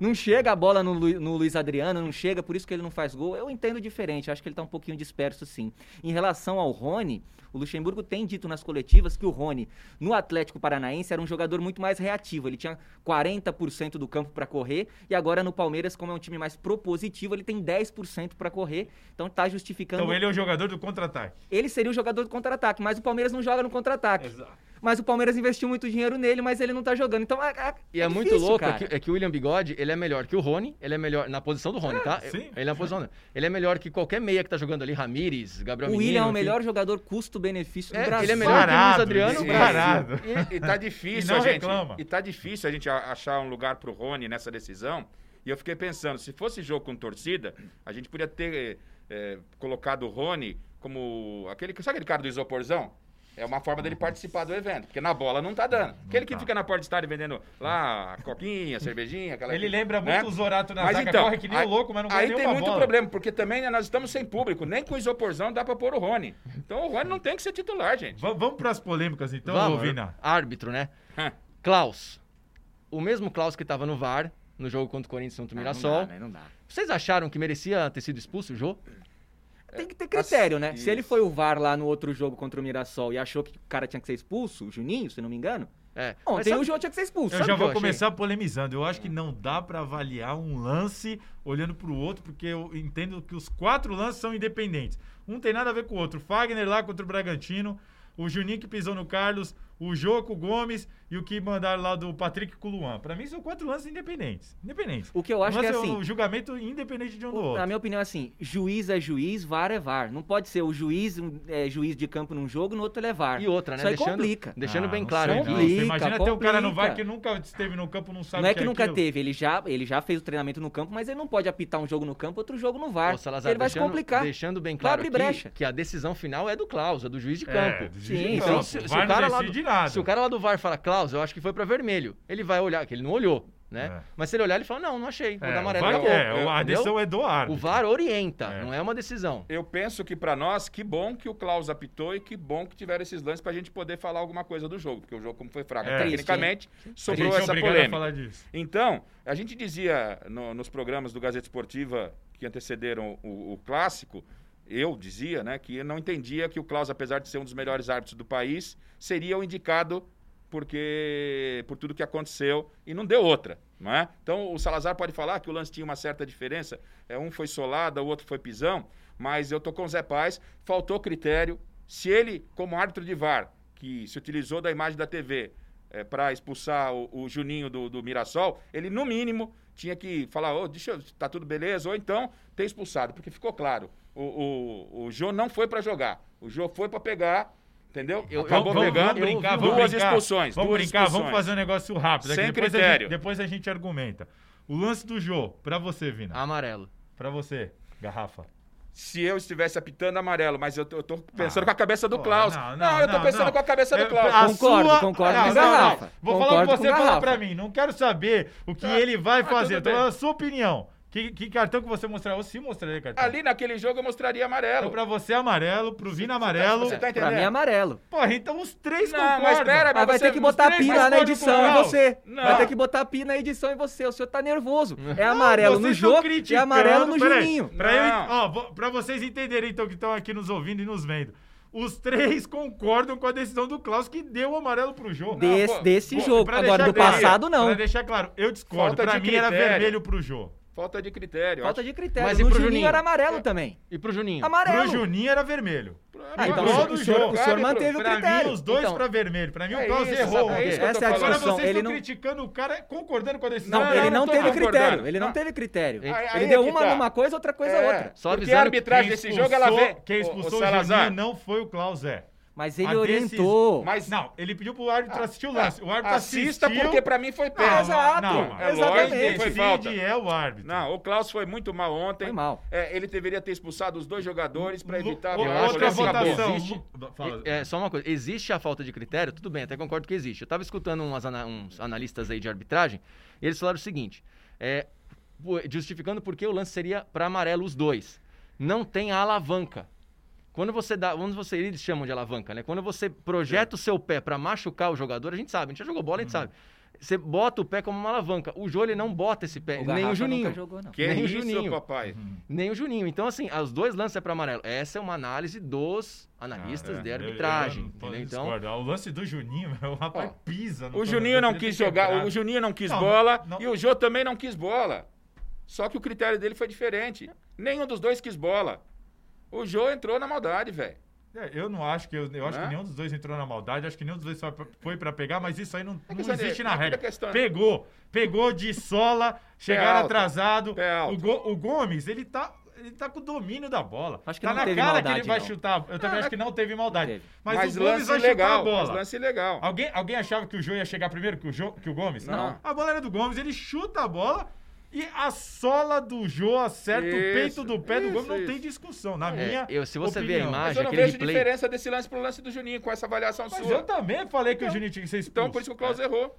Speaker 4: não chega a bola no, Lu- no Luiz Adriano, não chega, por isso que ele não faz gol. Eu entendo diferente, acho que ele tá um pouquinho disperso sim. Em relação ao Rony, o Luxemburgo tem dito nas coletivas que o Rony, no Atlético Paranaense, era um jogador muito mais reativo. Ele tinha 40% do campo para correr e agora no Palmeiras, como é um time mais propositivo, ele tem 10% para correr. Então tá justificando.
Speaker 2: Então
Speaker 4: ele...
Speaker 2: ele é o jogador do contra-ataque.
Speaker 4: seria o jogador do contra-ataque, mas o Palmeiras não joga no contra-ataque.
Speaker 2: Exato.
Speaker 4: Mas o Palmeiras investiu muito dinheiro nele, mas ele não tá jogando. Então é, é-
Speaker 1: E é, muito
Speaker 4: difícil,
Speaker 1: louco
Speaker 4: cara.
Speaker 1: é que, é que o William Bigode, ele é melhor que o Rony, ele é melhor na posição do Rony, tá?
Speaker 2: sim.
Speaker 1: Ele é na posição. Ele é melhor que qualquer meia que tá jogando ali, Ramires, Gabriel
Speaker 4: O
Speaker 1: Menino.
Speaker 4: William é o
Speaker 1: que-
Speaker 4: melhor jogador custo-benefício do
Speaker 1: É,
Speaker 4: Brasil.
Speaker 1: ele é melhor que o Luiz
Speaker 2: Parado,
Speaker 1: Adriano.
Speaker 2: isso.
Speaker 1: o Brasil.
Speaker 2: Parado.
Speaker 3: Tá E, e tá difícil,
Speaker 2: E não
Speaker 3: a gente.
Speaker 2: reclama.
Speaker 3: E tá difícil a gente a- achar um lugar pro Rony nessa decisão. E eu fiquei pensando, se fosse jogo com torcida, a gente podia ter eh, colocado o Rony como aquele. Sabe aquele cara do isoporzão? É uma forma dele participar do evento, porque na bola não tá dando. Aquele que
Speaker 2: tá.
Speaker 3: fica na porta do estádio vendendo lá a coquinha, a cervejinha, aquela
Speaker 2: Ele lembra
Speaker 3: né?
Speaker 2: muito o Zorato na
Speaker 3: mas
Speaker 2: zaga,
Speaker 3: então,
Speaker 2: corre que nem
Speaker 3: aí,
Speaker 2: o louco, mas não ganha
Speaker 3: aí tem
Speaker 2: nenhuma
Speaker 3: muito
Speaker 2: bola.
Speaker 3: problema, porque também né, nós estamos sem público, nem com o isoporzão dá pra pôr o Rony. Então o Rony não tem que ser titular, gente.
Speaker 2: Va- vamos para as polêmicas então,
Speaker 1: Vamos,
Speaker 2: Vina.
Speaker 1: árbitro, né?
Speaker 3: Hã.
Speaker 1: Klaus. O mesmo Klaus que tava no VAR, no jogo contra o Corinthians contra o
Speaker 2: Ah,
Speaker 1: Mirassol.
Speaker 4: Não dá, né? Não dá.
Speaker 1: Vocês acharam que merecia ter sido expulso o Jô?
Speaker 4: Tem que ter critério,
Speaker 3: assim,
Speaker 4: né? Se ele
Speaker 3: isso.
Speaker 4: foi o VAR lá no outro jogo contra o Mirassol e achou que o cara tinha que ser expulso, o Juninho, se não me engano,
Speaker 1: É. Mas
Speaker 4: ontem
Speaker 1: sabe-
Speaker 4: o João tinha que ser expulso.
Speaker 2: Eu
Speaker 1: sabe
Speaker 2: já
Speaker 1: o que
Speaker 2: vou
Speaker 1: eu achei?
Speaker 2: começar polemizando. Eu acho que não dá para avaliar um lance olhando para o outro, porque eu entendo que os quatro lances são independentes. Um tem nada a ver com o outro. Fagner lá contra o Bragantino, o Juninho que pisou no Carlos, o Joco Gomes e o que mandaram lá do Patrick com o Luan. Para mim são quatro lances independentes. Independentes.
Speaker 4: O que eu acho
Speaker 2: Lance
Speaker 4: que é
Speaker 2: o-
Speaker 4: assim-
Speaker 2: O julgamento independente de um do
Speaker 4: O-
Speaker 2: outro.
Speaker 4: Na minha opinião, assim, juiz é juiz, VAR é VAR. Não pode ser o juiz um, é, juiz de campo num jogo, no outro ele é VAR.
Speaker 1: E outra, né?
Speaker 4: Isso aí
Speaker 1: deixando
Speaker 4: complica.
Speaker 1: deixando
Speaker 2: Ah,
Speaker 1: bem
Speaker 2: não
Speaker 1: claro
Speaker 2: sei
Speaker 1: aqui.
Speaker 2: não.
Speaker 4: Complica,
Speaker 2: Você imagina até o cara no
Speaker 4: complica.
Speaker 2: VAR que nunca esteve no campo, não sabe
Speaker 4: Não é
Speaker 2: o
Speaker 4: que, nunca
Speaker 2: aquilo.
Speaker 4: teve, ele já, ele já fez o treinamento no campo, mas ele não pode apitar um jogo no campo, outro jogo no VAR.
Speaker 1: Ô, Salazar,
Speaker 4: ele vai
Speaker 1: deixando,
Speaker 4: se complicar.
Speaker 1: Deixando bem claro
Speaker 4: abrir
Speaker 1: aqui
Speaker 4: brecha.
Speaker 1: que a decisão final é do Klaus, é do juiz de
Speaker 2: É,
Speaker 1: campo.
Speaker 2: do
Speaker 4: Sim,
Speaker 2: juiz de
Speaker 4: então,
Speaker 2: campo.
Speaker 1: se- se
Speaker 2: VAR
Speaker 1: o cara
Speaker 2: não
Speaker 1: lá do-
Speaker 2: decide nada.
Speaker 1: Se o cara lá do VAR fala, Klaus, eu acho que foi pra vermelho, ele vai olhar, que ele não olhou, né?
Speaker 2: É.
Speaker 1: Mas se ele olhar, ele fala, não, não achei, vou
Speaker 2: É,
Speaker 1: dar amarelo,
Speaker 2: o VAR-
Speaker 1: acabou.
Speaker 2: é, a
Speaker 1: Entendeu?
Speaker 2: decisão é do
Speaker 1: O
Speaker 2: árbitro.
Speaker 1: VAR orienta,
Speaker 2: É.
Speaker 1: não é uma decisão.
Speaker 3: Eu penso que pra nós, que bom que o Klaus apitou e que bom que tiveram esses lances pra gente poder falar alguma coisa do jogo, porque o jogo, como foi fraco
Speaker 2: É.
Speaker 3: tecnicamente,
Speaker 2: A gente
Speaker 3: sobrou
Speaker 2: é
Speaker 3: essa
Speaker 2: obrigado a
Speaker 3: polêmica.
Speaker 2: falar disso.
Speaker 3: Então, a gente dizia no- nos programas do Gazeta Esportiva que antecederam o, o clássico, eu dizia, né, que eu não entendia que o Klaus, apesar de ser um dos melhores árbitros do país, seria o indicado porque por tudo que aconteceu e não deu outra, não é? Então o Salazar pode falar que o lance tinha uma certa diferença, é, um foi solada, o outro foi pisão, mas eu tô com o Zé Paz, faltou critério. Se ele, como árbitro de VAR, que se utilizou da imagem da TV para expulsar o, o Juninho do, do Mirassol, ele no mínimo tinha que falar, ô, deixa eu, tá tudo beleza, ou então ter expulsado, porque ficou claro, o, o, o Jô não foi para jogar, o Jô foi para pegar, entendeu?
Speaker 2: Eu-
Speaker 3: Acabou
Speaker 2: vamos,
Speaker 3: pegando,
Speaker 2: vamos brincar,
Speaker 3: duas
Speaker 2: vamos brincar.
Speaker 3: expulsões,
Speaker 2: Vamos
Speaker 3: duas
Speaker 2: brincar,
Speaker 3: expulsões.
Speaker 2: vamos fazer um negócio rápido. aqui,
Speaker 3: Sem
Speaker 2: depois A
Speaker 3: critério.
Speaker 2: gente, depois a gente argumenta. O lance do Jô, pra você, Vina.
Speaker 1: é Amarelo.
Speaker 2: Pra você, Garrafa.
Speaker 3: Se eu estivesse apitando amarelo, mas eu tô, eu tô pensando
Speaker 2: Ah,
Speaker 3: com a cabeça do
Speaker 2: pô,
Speaker 3: Klaus.
Speaker 2: não,
Speaker 3: Não,
Speaker 2: não,
Speaker 3: eu tô
Speaker 2: não,
Speaker 3: pensando
Speaker 2: não.
Speaker 3: com a cabeça
Speaker 2: É,
Speaker 3: do Klaus.
Speaker 2: a Ah,
Speaker 4: Concordo, concordo com Garrafa.
Speaker 2: Vou falar
Speaker 4: Concordo
Speaker 2: com
Speaker 4: com
Speaker 2: você falar
Speaker 4: Garrafa.
Speaker 2: pra mim. Não quero saber o que ele vai
Speaker 3: Ah,
Speaker 2: fazer.
Speaker 3: tudo
Speaker 2: Tô
Speaker 3: bem.
Speaker 2: falando a sua opinião. Que, que cartão que você mostraria? Ou se mostraria cartão?
Speaker 3: Ali naquele jogo eu mostraria
Speaker 2: Então,
Speaker 3: amarelo.
Speaker 2: pra você, amarelo. Pro Vina, amarelo.
Speaker 3: Você tá
Speaker 4: Pra mim é
Speaker 3: entendendo?
Speaker 4: amarelo.
Speaker 2: Porra, então os três
Speaker 3: Não,
Speaker 2: concordam.
Speaker 3: mas pera,
Speaker 4: Ah, vai
Speaker 3: você-
Speaker 4: ter que botar
Speaker 3: os
Speaker 4: a
Speaker 3: três-
Speaker 4: pi
Speaker 2: mas
Speaker 4: na, na
Speaker 2: pode
Speaker 4: edição,
Speaker 2: pular.
Speaker 4: é você.
Speaker 3: Não.
Speaker 4: Vai ter que botar a pi na edição, é você. O senhor tá nervoso. É amarelo no
Speaker 2: Vocês
Speaker 4: jogo
Speaker 2: tão
Speaker 4: e é amarelo no
Speaker 2: criticando, peraí,
Speaker 4: Juninho.
Speaker 2: Pra, eu-
Speaker 3: Não.
Speaker 2: ó, vo- pra vocês entenderem, então, que estão aqui nos ouvindo e nos vendo. Os três concordam com a decisão do Klaus que deu o amarelo pro jogo.
Speaker 3: Não,
Speaker 4: Des-
Speaker 3: pô,
Speaker 4: desse
Speaker 2: Pô,
Speaker 4: jogo.
Speaker 2: pra
Speaker 4: Agora,
Speaker 2: deixar
Speaker 4: do
Speaker 2: claro-
Speaker 4: passado,
Speaker 2: Pra
Speaker 4: não.
Speaker 2: deixar claro, eu discordo.
Speaker 3: Falta
Speaker 2: pra mim
Speaker 3: de
Speaker 2: era
Speaker 3: critério.
Speaker 2: vermelho pro jogo.
Speaker 3: Falta de critério.
Speaker 4: Falta de critério.
Speaker 1: Mas
Speaker 4: Mas
Speaker 1: e
Speaker 4: no
Speaker 1: pro
Speaker 4: Juninho,
Speaker 1: Juninho?
Speaker 4: era amarelo também.
Speaker 1: E pro Juninho?
Speaker 4: Amarelo.
Speaker 2: Pro Juninho era vermelho.
Speaker 4: Ah,
Speaker 2: Pro
Speaker 4: então o,
Speaker 2: Igual do
Speaker 4: o senhor,
Speaker 2: jogo.
Speaker 4: o senhor manteve o
Speaker 2: pra
Speaker 4: critério.
Speaker 2: mim, os dois
Speaker 4: Então,
Speaker 2: pra vermelho. Pra mim, o
Speaker 3: É
Speaker 2: Klaus
Speaker 3: isso,
Speaker 2: errou.
Speaker 3: sabe? É isso que eu
Speaker 4: Essa
Speaker 3: tô
Speaker 4: é
Speaker 3: falando.
Speaker 4: a
Speaker 2: Agora
Speaker 4: discussão.
Speaker 2: vocês
Speaker 4: Ele
Speaker 2: estão
Speaker 4: não-
Speaker 2: criticando o cara concordando com a decisão.
Speaker 4: Não,
Speaker 3: Não,
Speaker 4: ele
Speaker 3: eu
Speaker 4: não
Speaker 3: tô
Speaker 4: teve
Speaker 3: concordando.
Speaker 4: critério. Ele não
Speaker 3: Ah.
Speaker 4: teve critério.
Speaker 3: Aí- aí
Speaker 4: Ele
Speaker 3: é
Speaker 4: deu
Speaker 3: que
Speaker 4: uma
Speaker 3: tá.
Speaker 4: numa coisa, outra coisa
Speaker 3: É,
Speaker 4: outra.
Speaker 1: Só
Speaker 3: porque
Speaker 1: avisando
Speaker 3: a
Speaker 1: que
Speaker 3: arbitragem desse jogo, ela
Speaker 2: expulsou-
Speaker 3: vê.
Speaker 2: Quem
Speaker 3: Ô, ô,
Speaker 2: expulsou o,
Speaker 3: Salazar,
Speaker 2: Juninho não foi o Klaus Zé.
Speaker 4: Mas ele
Speaker 2: A decisão-
Speaker 4: orientou.
Speaker 3: Mas
Speaker 2: Não, ele pediu pro árbitro assistir o lance. O árbitro
Speaker 3: Ah, assista,
Speaker 2: assistiu...
Speaker 3: porque pra mim foi
Speaker 2: Não,
Speaker 4: Ah,
Speaker 2: não,
Speaker 3: pênalti.
Speaker 4: exato.
Speaker 2: não,
Speaker 3: É
Speaker 4: exatamente.
Speaker 3: lógico,
Speaker 2: Quem
Speaker 3: foi
Speaker 2: decide
Speaker 3: falta.
Speaker 2: é o árbitro.
Speaker 3: Não, o Klaus foi muito mal ontem.
Speaker 4: Foi mal.
Speaker 3: É, ele deveria ter expulsado os dois jogadores pra
Speaker 2: Lu-
Speaker 3: evitar...
Speaker 2: o-
Speaker 3: a
Speaker 1: acho que
Speaker 2: outra
Speaker 1: assim, acabou.
Speaker 2: votação.
Speaker 1: Existe-
Speaker 2: Lu- Fala.
Speaker 1: É, é, só uma coisa, existe a falta de critério? Tudo bem, até concordo que existe. Eu estava escutando umas ana- uns analistas aí de arbitragem, e eles falaram o seguinte: é, pô, justificando porque o lance seria para amarelo os dois. Não tem a alavanca. Quando você dá, quando você, eles chamam de alavanca, né? Quando você projeta o seu pé para machucar o jogador, a gente sabe, a gente já jogou bola,
Speaker 4: Uhum.
Speaker 1: a gente sabe. Você bota o pé como uma alavanca. O Jô, ele não bota esse pé,
Speaker 4: O
Speaker 1: É, nem o
Speaker 4: Garrafa
Speaker 1: Juninho.
Speaker 4: nunca jogou, não.
Speaker 3: Que
Speaker 1: Nem o
Speaker 3: isso,
Speaker 1: Juninho.
Speaker 3: papai?
Speaker 1: Nem o Juninho. Então, assim, os dois lances é para amarelo. Essa é uma análise dos analistas
Speaker 2: Ah, é.
Speaker 1: de
Speaker 2: Eu- eu
Speaker 1: arbitragem.
Speaker 2: não posso
Speaker 1: entendeu? Então,
Speaker 2: discordar. O lance do Juninho, meu, o rapaz
Speaker 3: Ó,
Speaker 2: pisa. no
Speaker 3: O
Speaker 2: tornozelo,
Speaker 3: Juninho não
Speaker 2: ele tem
Speaker 3: quis
Speaker 2: que
Speaker 3: jogar,
Speaker 2: entrar.
Speaker 3: o Juninho não quis
Speaker 2: Não,
Speaker 3: bola
Speaker 2: não-
Speaker 3: e o Jô também não quis bola. Só que o critério dele foi diferente. Nenhum dos dois quis bola. O Jô entrou na maldade, velho.
Speaker 2: É, Eu não acho que eu, eu acho
Speaker 3: Né?
Speaker 2: que nenhum dos dois entrou na maldade, acho que nenhum dos dois só p- foi pra pegar, mas isso aí não,
Speaker 3: É que
Speaker 2: não
Speaker 3: isso aí
Speaker 2: existe
Speaker 3: é-
Speaker 2: na
Speaker 3: é outra
Speaker 2: regra.
Speaker 3: questão.
Speaker 2: Pegou, pegou de sola, chegaram
Speaker 3: alto,
Speaker 2: atrasado.
Speaker 3: pé alto.
Speaker 2: O, Go- o Gomes, ele tá ele tá com o domínio da bola.
Speaker 4: Acho que
Speaker 2: tá
Speaker 4: não
Speaker 2: na
Speaker 4: teve
Speaker 2: cara que
Speaker 4: maldade,
Speaker 2: ele vai
Speaker 4: não.
Speaker 2: chutar. Eu também acho que não teve maldade.
Speaker 4: teve.
Speaker 2: Mas,
Speaker 3: é Mas
Speaker 2: o Gomes
Speaker 3: lance
Speaker 2: vai chutar a
Speaker 3: legal,
Speaker 2: bola. Ah,
Speaker 3: mas lance legal.
Speaker 2: Alguém, alguém achava que o Jô ia chegar primeiro que o, Jô, que o Gomes?
Speaker 3: Não.
Speaker 2: A bola era do Gomes, ele chuta a bola e a sola do Jô acerta o
Speaker 3: Isso,
Speaker 2: peito do pé do
Speaker 3: isso,
Speaker 2: Gomes. Não
Speaker 3: isso.
Speaker 2: tem discussão, na
Speaker 1: É,
Speaker 2: minha
Speaker 1: eu- se você ver a
Speaker 2: opinião.
Speaker 1: imagem-
Speaker 3: Mas
Speaker 1: Ah,
Speaker 3: eu não
Speaker 1: aquele
Speaker 3: vejo
Speaker 1: replay.
Speaker 3: diferença desse lance pro lance do Juninho com essa avaliação
Speaker 2: Mas eu
Speaker 3: sua.
Speaker 2: também falei que o Juninho tinha que ser expulso. É,
Speaker 3: Então por isso que o Klaus errou.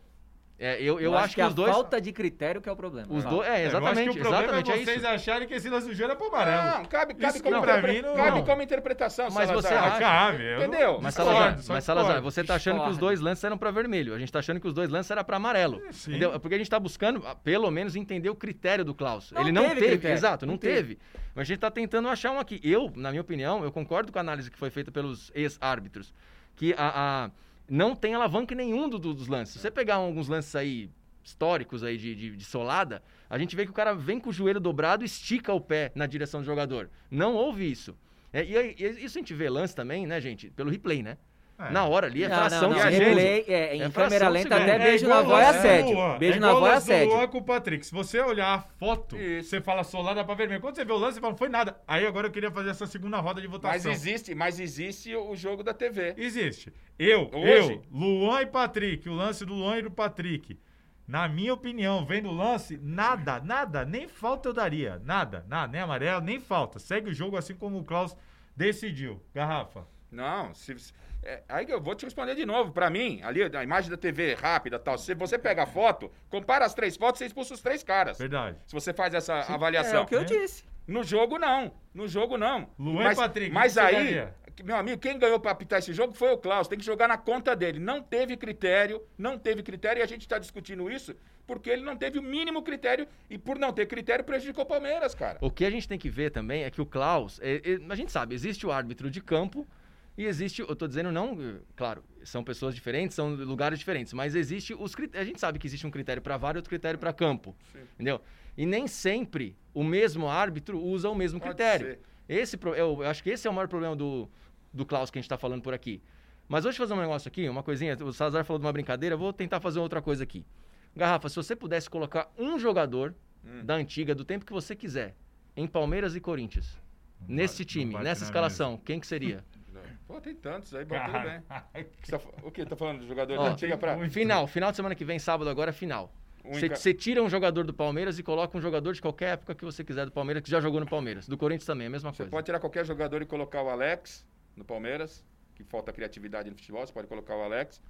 Speaker 1: É, eu, eu,
Speaker 4: Eu
Speaker 1: acho que,
Speaker 4: a
Speaker 1: os dois.
Speaker 4: falta de critério que é o problema.
Speaker 1: Os
Speaker 4: Tá.
Speaker 1: dois. É,
Speaker 2: É, Eu acho
Speaker 1: exatamente.
Speaker 2: que o problema
Speaker 1: exatamente
Speaker 2: é
Speaker 1: é
Speaker 2: vocês
Speaker 1: isso.
Speaker 2: acharem que esse lance do Jô era pro amarelo.
Speaker 3: Não, cabe,
Speaker 2: Isso
Speaker 3: cabe,
Speaker 2: que
Speaker 3: como,
Speaker 2: pra
Speaker 3: interpre-
Speaker 2: mim não-
Speaker 3: cabe como interpretação,
Speaker 1: Mas você
Speaker 3: Salazar.
Speaker 1: acha-
Speaker 2: Cabe. eu não-
Speaker 3: Entendeu?
Speaker 1: Mas
Speaker 2: Discordo,
Speaker 1: Salazar,
Speaker 2: só
Speaker 1: mas, Salazar,
Speaker 2: discordo.
Speaker 1: você tá achando que os
Speaker 4: Discordo.
Speaker 1: dois lances eram para vermelho. A gente tá achando que os dois lances eram para amarelo.
Speaker 2: É, sim.
Speaker 1: Entendeu? É Porque a gente tá buscando, ah, pelo menos, entender o critério do Klaus.
Speaker 4: Não
Speaker 1: Ele não
Speaker 4: teve
Speaker 1: teve,
Speaker 4: critério.
Speaker 1: exato, não,
Speaker 4: Não
Speaker 1: teve. Mas a gente tá tentando achar um aqui. Eu, na minha opinião, eu concordo com a análise que foi feita pelos ex-árbitros, que a, a- não tem alavanca em nenhum do- do- dos lances. Se você pegar alguns lances aí históricos aí de, de- de solada, a gente vê que o cara vem com o joelho dobrado e estica o pé na direção do jogador. Não houve isso. É, e, aí, e isso a gente vê lance também, né, gente? Pelo replay, né?
Speaker 2: É.
Speaker 1: Na hora ali, é
Speaker 4: Não,
Speaker 1: fração
Speaker 4: não, não.
Speaker 1: de
Speaker 3: a
Speaker 1: segundo.
Speaker 4: Replay, é, em
Speaker 1: É
Speaker 4: câmera
Speaker 1: fração de
Speaker 4: lenta,
Speaker 1: segundo.
Speaker 4: até
Speaker 1: É
Speaker 4: beijo
Speaker 2: igual
Speaker 4: na
Speaker 2: o
Speaker 4: voz é
Speaker 2: lance do
Speaker 4: assédio.
Speaker 2: Luan.
Speaker 4: Beijo na
Speaker 2: igual o
Speaker 4: voz é
Speaker 2: lance do Luan
Speaker 4: assédio.
Speaker 2: com o Patrick. Se você olhar a foto,
Speaker 3: Isso.
Speaker 2: você fala solada pra vermelho. Quando você vê o lance, você fala, não foi nada. Aí agora eu queria fazer essa segunda roda de
Speaker 3: Mas
Speaker 2: votação.
Speaker 3: existe, mas existe o jogo da TV.
Speaker 2: Existe. Eu,
Speaker 3: Hoje?
Speaker 2: eu, Luan e Patrick, o lance do Luan e do Patrick. Na minha opinião, vendo o lance, nada, nada, nem falta eu daria. Nada, nada, nem amarelo, nem falta. Segue o jogo assim como o Klaus decidiu. Garrafa.
Speaker 3: Não, se, se- é, aí que eu vou te responder de novo. Pra mim, ali, a imagem da TV rápida tal, se você pega a foto, compara as três fotos, você expulsa os três caras.
Speaker 2: Verdade.
Speaker 3: Se você faz essa
Speaker 4: É
Speaker 3: avaliação.
Speaker 4: o que eu disse.
Speaker 3: No jogo, não. No jogo, não.
Speaker 2: Luan e
Speaker 3: mas,
Speaker 2: Patrick,
Speaker 3: Mas
Speaker 2: quem você
Speaker 3: aí,
Speaker 2: daria?
Speaker 3: que- meu amigo, quem ganhou pra apitar esse jogo foi o Klaus. Tem que jogar na conta dele. Não teve critério, não teve critério. E a gente tá discutindo isso porque ele não teve o mínimo critério. E por não ter critério, prejudicou o Palmeiras, cara.
Speaker 1: O que a gente tem que ver também é que o Klaus, é, é, a gente sabe, existe o árbitro de campo E existe, eu tô dizendo não, eh, claro, são pessoas diferentes, são lugares diferentes, mas existe os critérios, a gente sabe que existe um critério para VAR e outro critério para campo, entendeu? E nem sempre o mesmo árbitro usa o mesmo
Speaker 3: Pode
Speaker 1: Um critério.
Speaker 3: ser.
Speaker 1: Esse pro- eu, eu acho que esse é o maior problema do, do Klaus que a gente está falando por aqui. Mas deixa eu fazer um negócio aqui, uma coisinha. O Salazar falou de uma brincadeira, eu vou tentar fazer outra coisa aqui. Garrafa, se você pudesse colocar um jogador
Speaker 3: Hum.
Speaker 1: da antiga, do tempo que você quiser, em Palmeiras e Corinthians, nesse
Speaker 2: bate-
Speaker 1: time,
Speaker 2: não bate
Speaker 1: nessa
Speaker 2: na
Speaker 1: escalação, quem que seria?
Speaker 3: Não. Pô, tem tantos aí, bom, Tá tudo bem.
Speaker 2: Caralho.
Speaker 3: Você tá fa- O que? Tá falando de jogador
Speaker 1: Ó,
Speaker 3: da antiga pra.
Speaker 2: muito.
Speaker 1: Final, final de semana que vem, sábado agora, final.
Speaker 3: Um
Speaker 1: Você
Speaker 3: enca-
Speaker 1: você tira um jogador do Palmeiras e coloca um jogador de qualquer época que você quiser do Palmeiras, que já jogou no Palmeiras. Do Corinthians também, é a mesma
Speaker 3: Você
Speaker 1: coisa.
Speaker 3: pode tirar qualquer jogador e colocar o Alex no Palmeiras, que falta criatividade no futebol, você pode colocar o Alex.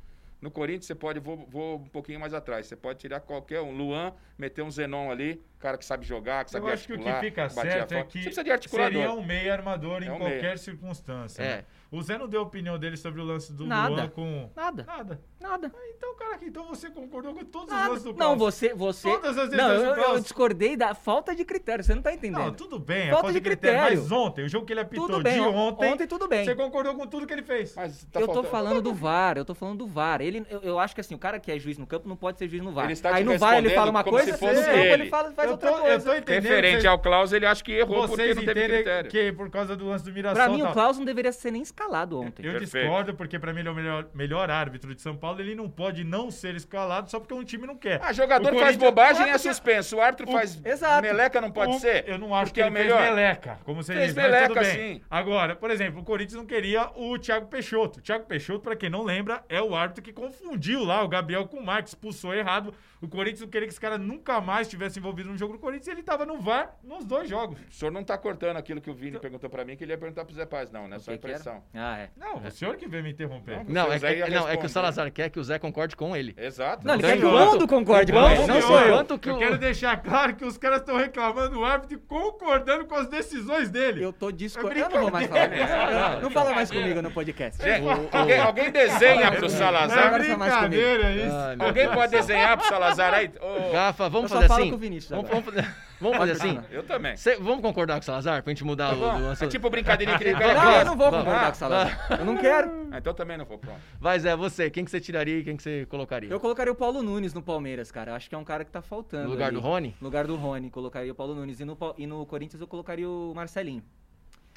Speaker 3: No Corinthians, você pode, vou, vou um pouquinho mais atrás, você pode tirar qualquer um. Luan, meter um Zenon ali, cara que sabe jogar, que sabe
Speaker 2: Eu acho que o que
Speaker 3: articular.
Speaker 2: fica
Speaker 3: batia
Speaker 2: certo é
Speaker 3: forte.
Speaker 2: que
Speaker 3: Você precisa de articulador.
Speaker 2: seria um meia armador em
Speaker 3: É um
Speaker 2: qualquer
Speaker 3: meia.
Speaker 2: circunstância.
Speaker 1: É.
Speaker 2: né? O Zé não deu a opinião dele sobre o lance do
Speaker 4: Nada.
Speaker 2: Luan com...
Speaker 4: Nada,
Speaker 2: Nada.
Speaker 4: nada.
Speaker 2: Ah, Então, cara, então você concordou com todos os
Speaker 4: Nada.
Speaker 2: lances do
Speaker 4: Não,
Speaker 2: Klaus.
Speaker 4: você. você...
Speaker 2: Todas as
Speaker 4: não,
Speaker 2: decisões
Speaker 4: eu,
Speaker 2: do Klaus.
Speaker 4: eu discordei da falta de critério, você não tá entendendo.
Speaker 2: Não, tudo bem,
Speaker 4: Falta
Speaker 2: é falta
Speaker 4: de
Speaker 2: de critério.
Speaker 4: critério.
Speaker 2: Mas ontem, o jogo que ele apitou
Speaker 4: Tudo bem,
Speaker 2: de
Speaker 4: on-
Speaker 2: ontem,
Speaker 4: ontem tudo bem.
Speaker 2: você concordou com tudo que ele fez.
Speaker 3: Mas tá
Speaker 4: eu
Speaker 3: faltando-
Speaker 4: tô falando do VAR, eu tô falando do VAR. Ele, eu, eu acho que assim, o cara que é juiz no campo não pode ser juiz no VAR.
Speaker 3: Ele está te
Speaker 4: Aí no VAR ele
Speaker 3: respondendo
Speaker 4: fala uma
Speaker 3: como
Speaker 4: coisa,
Speaker 3: se
Speaker 4: no
Speaker 3: fosse
Speaker 4: campo
Speaker 3: ele.
Speaker 4: ele fala, faz
Speaker 2: eu, tô,
Speaker 4: outra
Speaker 2: eu
Speaker 4: coisa.
Speaker 2: tô entendendo.
Speaker 3: Referente
Speaker 2: vocês,
Speaker 3: ao Klaus, ele acha que errou porque
Speaker 2: vocês
Speaker 3: não teve
Speaker 2: entendem
Speaker 3: critério.
Speaker 2: que por causa do lance do Mirassol...
Speaker 4: Pra mim,
Speaker 2: tá-
Speaker 4: o Klaus não deveria ser nem escalado ontem.
Speaker 2: Eu
Speaker 3: Perfeito.
Speaker 2: discordo, porque pra mim ele é o melhor, melhor árbitro de São Paulo. Ele não pode não ser escalado só porque um time não quer.
Speaker 3: Ah,
Speaker 2: O
Speaker 3: jogador faz
Speaker 2: Corinthians-
Speaker 3: bobagem
Speaker 2: Claro
Speaker 3: e é
Speaker 2: que-
Speaker 3: suspenso. O árbitro faz
Speaker 4: Exato.
Speaker 3: meleca, não pode
Speaker 2: O-
Speaker 3: ser?
Speaker 2: Eu não acho
Speaker 3: Porque
Speaker 2: que
Speaker 3: é
Speaker 2: ele
Speaker 3: o
Speaker 2: fez
Speaker 3: melhor.
Speaker 2: meleca, como você
Speaker 3: Fez
Speaker 2: diz, mas tudo
Speaker 3: meleca,
Speaker 2: bem.
Speaker 3: sim.
Speaker 2: Agora, por exemplo, o Corinthians não queria o Thiago Peixoto. O Thiago Peixoto, pra quem não lembra, é o árbitro que confundiu lá o Gabriel com o Marcos, expulsou errado. O Corinthians não queria que esse cara nunca mais tivesse envolvido no jogo do Corinthians e ele tava no VAR nos dois jogos.
Speaker 3: O senhor não tá cortando aquilo que o Vini perguntou pra mim, que ele ia perguntar pro Zé Paz, não, né? Só
Speaker 4: Então- Que que era?
Speaker 3: impressão.
Speaker 4: Ah, é.
Speaker 2: Não, o senhor que veio me interromper.
Speaker 3: Não,
Speaker 1: Não,
Speaker 3: O
Speaker 1: é
Speaker 3: Zé
Speaker 1: que,
Speaker 3: ia
Speaker 1: não, é que
Speaker 3: responder.
Speaker 1: o Salazar quer que o Zé concorde com ele.
Speaker 3: Exato.
Speaker 4: Não, ele
Speaker 1: Não
Speaker 4: quer
Speaker 1: sei
Speaker 4: que o
Speaker 1: quanto-
Speaker 4: mundo concorde com
Speaker 1: Não,
Speaker 4: ele.
Speaker 1: não
Speaker 2: senhor,
Speaker 1: sou eu. Tanto que
Speaker 2: eu
Speaker 1: o-
Speaker 2: quero deixar claro que os caras estão reclamando do árbitro e concordando com as decisões dele.
Speaker 4: Eu tô discordando.
Speaker 2: É
Speaker 4: Eu não vou mais falar com você.
Speaker 1: brincadeira.
Speaker 4: Não, não fala mais comigo no podcast.
Speaker 3: Gente, alguém, alguém desenha pro
Speaker 2: Não
Speaker 3: Salazar.
Speaker 2: é
Speaker 4: Agora você é mais comigo.
Speaker 2: brincadeira isso.
Speaker 1: Ai, meu
Speaker 3: Alguém
Speaker 1: Deus.
Speaker 3: pode desenhar pro Salazar aí? Ô,
Speaker 1: Gafa, vamos
Speaker 4: Eu só
Speaker 1: fazer
Speaker 4: falo
Speaker 1: assim.
Speaker 4: com o Vinícius
Speaker 1: vamos,
Speaker 4: agora.
Speaker 1: vamos fazer, vamos fazer assim.
Speaker 4: continuar.
Speaker 3: eu também.
Speaker 1: Cê- vamos concordar com o Salazar pra gente mudar
Speaker 2: Tá
Speaker 1: o, o lance.
Speaker 3: É tipo brincadeirinha que ele pega.
Speaker 4: Não, eu não vou
Speaker 1: Vamos. assim.
Speaker 4: concordar com o Salazar. Eu não quero.
Speaker 3: Ah, então também não vou, pronto.
Speaker 1: Vai, Zé, é você, quem que você tiraria e quem que você colocaria?
Speaker 4: Eu colocaria o Paulo Nunes no Palmeiras, cara. Eu Acho que é um cara que tá faltando.
Speaker 1: No lugar
Speaker 4: ali.
Speaker 1: do Rony?
Speaker 4: No lugar do Rony, colocaria o Paulo Nunes. E no, Pau- e no Corinthians eu colocaria o Marcelinho.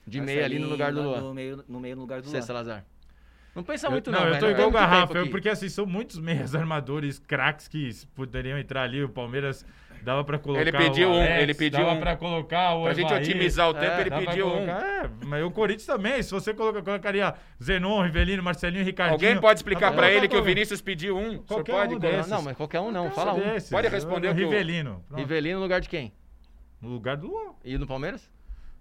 Speaker 1: De meia ali no lugar do
Speaker 4: Marcelinho,
Speaker 1: Luan.
Speaker 4: No meio, no meio no lugar do
Speaker 1: Você,
Speaker 4: Luan.
Speaker 1: Salazar. Não pensa
Speaker 2: Eu-
Speaker 1: tá muito não,
Speaker 2: eu
Speaker 1: velho.
Speaker 2: tô
Speaker 1: Não tem
Speaker 2: igual o
Speaker 1: muito
Speaker 2: Garrafa,
Speaker 1: tempo
Speaker 2: eu-
Speaker 1: aqui.
Speaker 2: porque assim, são muitos meias armadores, craques que s- poderiam entrar ali, o Palmeiras dava pra colocar
Speaker 3: Ele pediu
Speaker 2: o
Speaker 3: um,
Speaker 2: Alex,
Speaker 3: ele pediu
Speaker 2: dava
Speaker 3: um.
Speaker 2: pra colocar o
Speaker 3: Pra gente
Speaker 2: Evair,
Speaker 3: otimizar o tempo,
Speaker 1: É,
Speaker 3: ele
Speaker 2: dava pra
Speaker 3: pediu um.
Speaker 2: colocar- É, mas o Corinthians também, se você coloca, colocaria Zenon, Rivelino, Marcelinho, Ricardinho...
Speaker 3: Alguém pode explicar
Speaker 2: dá
Speaker 3: pra
Speaker 2: pra
Speaker 3: ele que o
Speaker 2: colocar.
Speaker 3: Vinícius pediu um? Você
Speaker 2: tá Qualquer
Speaker 3: pode?
Speaker 2: um
Speaker 3: colocar?
Speaker 1: Não,
Speaker 2: desses.
Speaker 1: não, mas qualquer um não. Fala um.
Speaker 2: desses,
Speaker 3: Pode
Speaker 2: eu-
Speaker 3: responder que o-
Speaker 2: Rivelino, pronto.
Speaker 1: Rivelino no lugar de quem?
Speaker 2: no lugar do Luan.
Speaker 1: E no Palmeiras?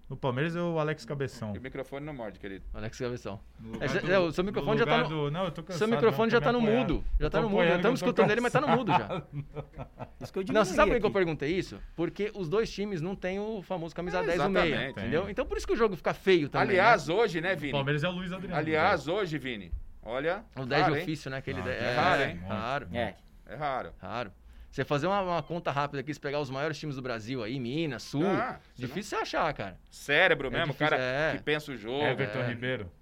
Speaker 2: No Palmeiras é o Alex Cabeção.
Speaker 3: O microfone não morde, querido.
Speaker 1: Alex Gavição.
Speaker 2: No
Speaker 1: É,
Speaker 2: lugar
Speaker 1: já-
Speaker 2: do-
Speaker 1: é, o seu
Speaker 2: no
Speaker 1: microfone já tá
Speaker 2: lugar
Speaker 1: no-
Speaker 2: do- Não, eu tô cansado.
Speaker 1: Seu microfone
Speaker 2: não,
Speaker 1: já
Speaker 2: tô
Speaker 1: tá
Speaker 2: me
Speaker 1: no
Speaker 2: apoiando.
Speaker 1: mudo. Já
Speaker 2: Eu
Speaker 1: tá
Speaker 2: tô
Speaker 1: no mudo.
Speaker 2: apoiando
Speaker 1: Já
Speaker 2: que eu
Speaker 1: estamos
Speaker 2: tô
Speaker 1: escutando ele, mas tá no mudo já.
Speaker 2: cansado.
Speaker 4: Isso que eu
Speaker 1: Não, você sabe por que eu
Speaker 4: diminuiria
Speaker 1: perguntei isso? Porque os dois times não têm o famoso camisa
Speaker 3: É,
Speaker 1: 10 no meio,
Speaker 3: exatamente. É.
Speaker 1: entendeu? Então por isso que o jogo fica feio também.
Speaker 3: Aliás, hoje, né,
Speaker 2: O
Speaker 3: Vini?
Speaker 2: Palmeiras é o Luiz Adriano.
Speaker 3: Aliás, hoje, Vini, olha.
Speaker 1: né? o 10
Speaker 3: raro,
Speaker 1: de
Speaker 3: hein?
Speaker 1: ofício, né? Aquele
Speaker 2: Ah,
Speaker 1: 10.
Speaker 2: é
Speaker 3: raro, hein?
Speaker 1: Raro,
Speaker 4: aqui. É.
Speaker 3: É raro.
Speaker 1: raro. Você fazer uma, uma conta rápida aqui, se pegar os maiores times do Brasil aí, Minas, Sul,
Speaker 3: Ah, você
Speaker 1: Uh, difícil você achar, cara.
Speaker 3: Cérebro
Speaker 1: É
Speaker 3: mesmo, o
Speaker 1: difícil,
Speaker 3: cara
Speaker 1: é.
Speaker 3: que pensa o jogo.
Speaker 2: Everton
Speaker 1: É.
Speaker 2: Ribeiro.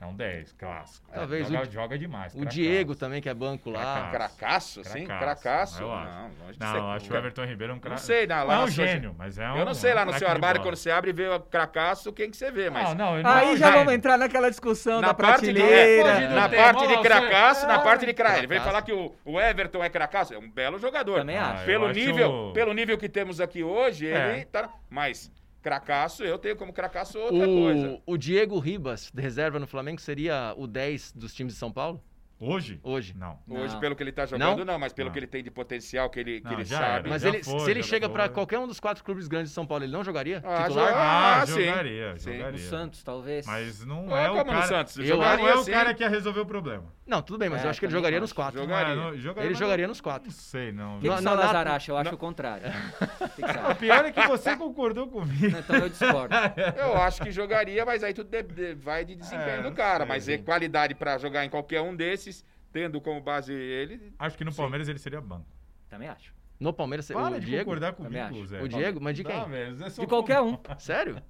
Speaker 2: É um 10, clássico.
Speaker 1: Talvez
Speaker 2: joga,
Speaker 1: o-
Speaker 2: joga demais.
Speaker 1: O
Speaker 2: cracaço.
Speaker 1: Diego também, que é banco lá.
Speaker 2: Cracaço.
Speaker 3: Cracaço, assim?
Speaker 2: Cracaço,
Speaker 3: Cracaço?
Speaker 2: eu acho.
Speaker 3: Não, longe de ser.
Speaker 2: Não, acho que o Everton Ribeiro é um craque.
Speaker 3: sei, não, lá
Speaker 2: é um
Speaker 3: na sua-
Speaker 2: gênio, mas é um.
Speaker 3: Eu não sei lá no
Speaker 2: craque
Speaker 3: seu
Speaker 2: de
Speaker 3: armário,
Speaker 2: bola.
Speaker 3: quando você abre e vê o cracaço, quem que você vê, mas.
Speaker 2: Não, não, eu não
Speaker 4: Ah, Aí
Speaker 2: acho
Speaker 4: já
Speaker 2: gênio.
Speaker 4: vamos entrar naquela discussão
Speaker 3: Na
Speaker 4: da
Speaker 3: parte, de,
Speaker 4: prateleira.
Speaker 2: Pode
Speaker 3: é,
Speaker 2: não
Speaker 3: na
Speaker 2: ter
Speaker 3: parte
Speaker 2: bola,
Speaker 3: de cracaço,
Speaker 2: você- Ah,
Speaker 3: na parte de cracaço. Ele veio
Speaker 1: Cracaço.
Speaker 3: falar que o, o Everton é cracaço. É um belo jogador.
Speaker 4: Também
Speaker 2: Ah, acho.
Speaker 3: Pelo
Speaker 2: eu
Speaker 3: nível,
Speaker 2: acho-
Speaker 3: pelo nível que temos aqui hoje,
Speaker 2: É.
Speaker 3: ele tá. Mas cracaço, eu tenho como cracaço outra coisa.
Speaker 1: O, o Diego Ribas, de reserva no Flamengo, seria o 10 dos times de São Paulo?
Speaker 2: Hoje?
Speaker 1: Hoje.
Speaker 2: Não.
Speaker 3: Hoje,
Speaker 4: Não.
Speaker 3: pelo que ele tá jogando,
Speaker 1: Não?
Speaker 3: não, mas pelo
Speaker 2: Não.
Speaker 3: que ele tem de potencial, que ele, que
Speaker 2: Não,
Speaker 3: ele
Speaker 2: já
Speaker 3: sabe.
Speaker 2: era.
Speaker 1: Mas
Speaker 2: já
Speaker 1: ele,
Speaker 2: foi,
Speaker 1: se ele
Speaker 2: já
Speaker 1: chega pra
Speaker 2: foi.
Speaker 1: qualquer um dos quatro clubes grandes de São Paulo, ele não jogaria?
Speaker 3: Ah,
Speaker 1: Titular?
Speaker 3: já-
Speaker 2: Ah,
Speaker 3: Ah, sim.
Speaker 2: jogaria,
Speaker 3: Sim.
Speaker 4: O
Speaker 2: jogaria.
Speaker 4: Santos, talvez.
Speaker 2: Mas não
Speaker 3: Ah,
Speaker 2: é o
Speaker 3: como no
Speaker 2: cara.
Speaker 3: Santos?
Speaker 1: eu-
Speaker 2: Não
Speaker 3: Jogaria assim,
Speaker 2: é o
Speaker 3: sim.
Speaker 2: cara que ia resolver o problema.
Speaker 1: Não, tudo bem, mas
Speaker 4: É,
Speaker 1: eu acho que ele
Speaker 4: também
Speaker 1: jogaria
Speaker 4: acho.
Speaker 1: nos quatro.
Speaker 3: Joga- Jogaria.
Speaker 2: Não, jogaria,
Speaker 1: Ele
Speaker 2: mas
Speaker 1: jogaria
Speaker 2: não-
Speaker 1: nos quatro.
Speaker 2: Não sei, não.
Speaker 4: O que que o
Speaker 1: Na- na-
Speaker 4: Salazar
Speaker 1: na-
Speaker 4: acha? Eu acho o contrário.
Speaker 2: O
Speaker 4: O que que você acha?
Speaker 2: pior é que você concordou comigo.
Speaker 4: Não, Então eu discordo.
Speaker 3: Eu acho que jogaria, mas aí tudo de- de- vai de desempenho
Speaker 2: É,
Speaker 3: do
Speaker 2: não
Speaker 3: cara.
Speaker 2: sei.
Speaker 3: mas é qualidade pra jogar em qualquer um desses, tendo como base ele.
Speaker 2: Acho que no Palmeiras ele seria banco.
Speaker 4: Também acho.
Speaker 1: No Palmeiras,
Speaker 2: Para
Speaker 1: o
Speaker 2: de
Speaker 1: Diego?
Speaker 2: concordar
Speaker 4: Também acho.
Speaker 2: comigo, Zé.
Speaker 1: O Diego? Mas de
Speaker 2: Não é dá,
Speaker 1: quem?
Speaker 2: velho, Zé só
Speaker 4: De qualquer
Speaker 2: com-
Speaker 4: um.
Speaker 1: Sério?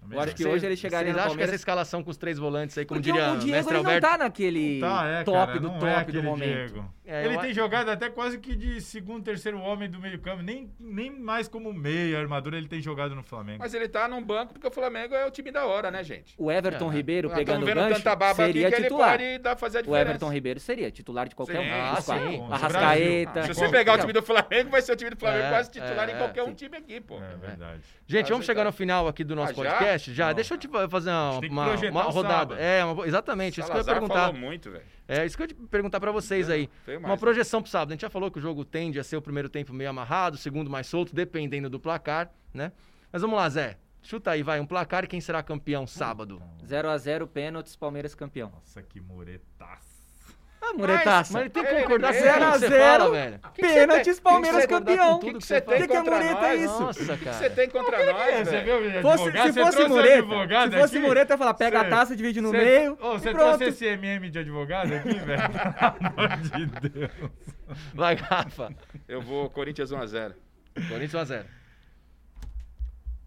Speaker 2: Também
Speaker 4: Eu acho que
Speaker 1: Vocês-
Speaker 4: hoje ele chegaria
Speaker 1: Vocês
Speaker 4: no
Speaker 1: acham que essa
Speaker 4: Palmeiras...
Speaker 1: escalação com os três volantes aí, como
Speaker 4: Porque
Speaker 1: diria
Speaker 4: o Diego
Speaker 1: mestre
Speaker 4: ele não
Speaker 1: Alberto?
Speaker 4: tá naquele
Speaker 2: Tá, é,
Speaker 4: top
Speaker 2: cara,
Speaker 4: do
Speaker 2: não
Speaker 4: top
Speaker 2: é
Speaker 4: do
Speaker 2: aquele
Speaker 4: momento.
Speaker 2: Diego.
Speaker 1: É,
Speaker 2: ele
Speaker 1: eu
Speaker 2: tem
Speaker 1: a-
Speaker 2: jogado até quase que de segundo, terceiro homem do meio campo. Nem, nem mais como meia armadura ele tem jogado no Flamengo.
Speaker 3: Mas ele tá num banco porque o Flamengo é o time da hora, né, gente?
Speaker 4: O Everton
Speaker 1: É, né?
Speaker 4: Ribeiro
Speaker 3: Nós
Speaker 4: pegando
Speaker 3: estamos
Speaker 4: o
Speaker 3: vendo
Speaker 4: gancho
Speaker 3: tanta baba
Speaker 4: seria
Speaker 3: aqui que
Speaker 4: titular.
Speaker 3: ele pode dar, fazer a
Speaker 4: O
Speaker 3: diferença.
Speaker 4: Everton Ribeiro seria titular de
Speaker 3: Sim,
Speaker 4: qualquer um. dos
Speaker 1: sim,
Speaker 4: quatro.
Speaker 1: com
Speaker 2: o
Speaker 4: Arrascaeta.
Speaker 2: Brasil.
Speaker 3: Se você pegar o time do Flamengo, vai ser o time do Flamengo
Speaker 1: É,
Speaker 3: quase titular
Speaker 1: é,
Speaker 3: em qualquer
Speaker 1: é,
Speaker 3: um
Speaker 1: sim.
Speaker 3: time aqui, pô.
Speaker 2: É verdade.
Speaker 1: Gente, vamos
Speaker 3: Azeitado.
Speaker 1: chegar no final aqui do nosso
Speaker 3: Ah, já?
Speaker 1: podcast. Já,
Speaker 2: Não.
Speaker 1: deixa eu te fa- fazer
Speaker 2: gente
Speaker 1: uma,
Speaker 2: tem que
Speaker 1: uma,
Speaker 2: projetar
Speaker 1: uma
Speaker 2: o
Speaker 1: rodada.
Speaker 2: sábado.
Speaker 1: É, uma- exatamente, isso que eu ia
Speaker 3: Salazar
Speaker 1: perguntar.
Speaker 3: falou muito, velho.
Speaker 1: É, isso que eu ia te perguntar pra vocês aí.
Speaker 3: Feio mais,
Speaker 1: Uma
Speaker 3: né?
Speaker 1: projeção pro sábado. A gente já falou que o jogo tende a ser o primeiro tempo meio amarrado, o segundo mais solto, dependendo do placar, né? Mas vamos lá, Zé. Chuta aí, vai, um placar e quem será campeão sábado?
Speaker 4: 0x0 pênaltis, Palmeiras campeão.
Speaker 2: Então, Nossa, que muretaço.
Speaker 4: Ah, Muretaça.
Speaker 1: Mas ele tem que
Speaker 3: Ei,
Speaker 1: concordar com
Speaker 3: zero
Speaker 1: tudo
Speaker 3: a
Speaker 1: que você
Speaker 4: zero,
Speaker 1: fala, velho.
Speaker 4: Pênaltis, Palmeiras
Speaker 1: Tem que concordar
Speaker 4: campeão.
Speaker 1: com tudo
Speaker 3: que você
Speaker 1: fala.
Speaker 3: tem
Speaker 4: que a
Speaker 3: contra
Speaker 4: mureta é
Speaker 3: nós?
Speaker 4: isso?
Speaker 1: Nossa,
Speaker 3: O que você
Speaker 1: cara.
Speaker 3: tem contra nós,
Speaker 2: Você
Speaker 3: velho?
Speaker 2: viu, ele é
Speaker 4: Fosse-
Speaker 2: advogado?
Speaker 4: se
Speaker 2: Você
Speaker 4: fosse
Speaker 2: trouxe
Speaker 4: mureta,
Speaker 2: advogado
Speaker 4: se fosse
Speaker 2: aqui?
Speaker 4: mureta, eu ia falar, pega
Speaker 2: Você-
Speaker 4: a taça, divide no
Speaker 2: Você-
Speaker 4: meio
Speaker 2: Ô,
Speaker 4: e
Speaker 2: você
Speaker 4: pronto.
Speaker 2: trouxe esse MM de advogado aqui, velho? Pelo amor de Deus.
Speaker 1: Vai, Rafa.
Speaker 3: Eu vou Corinthians 1x0.
Speaker 1: Corinthians 1 a 0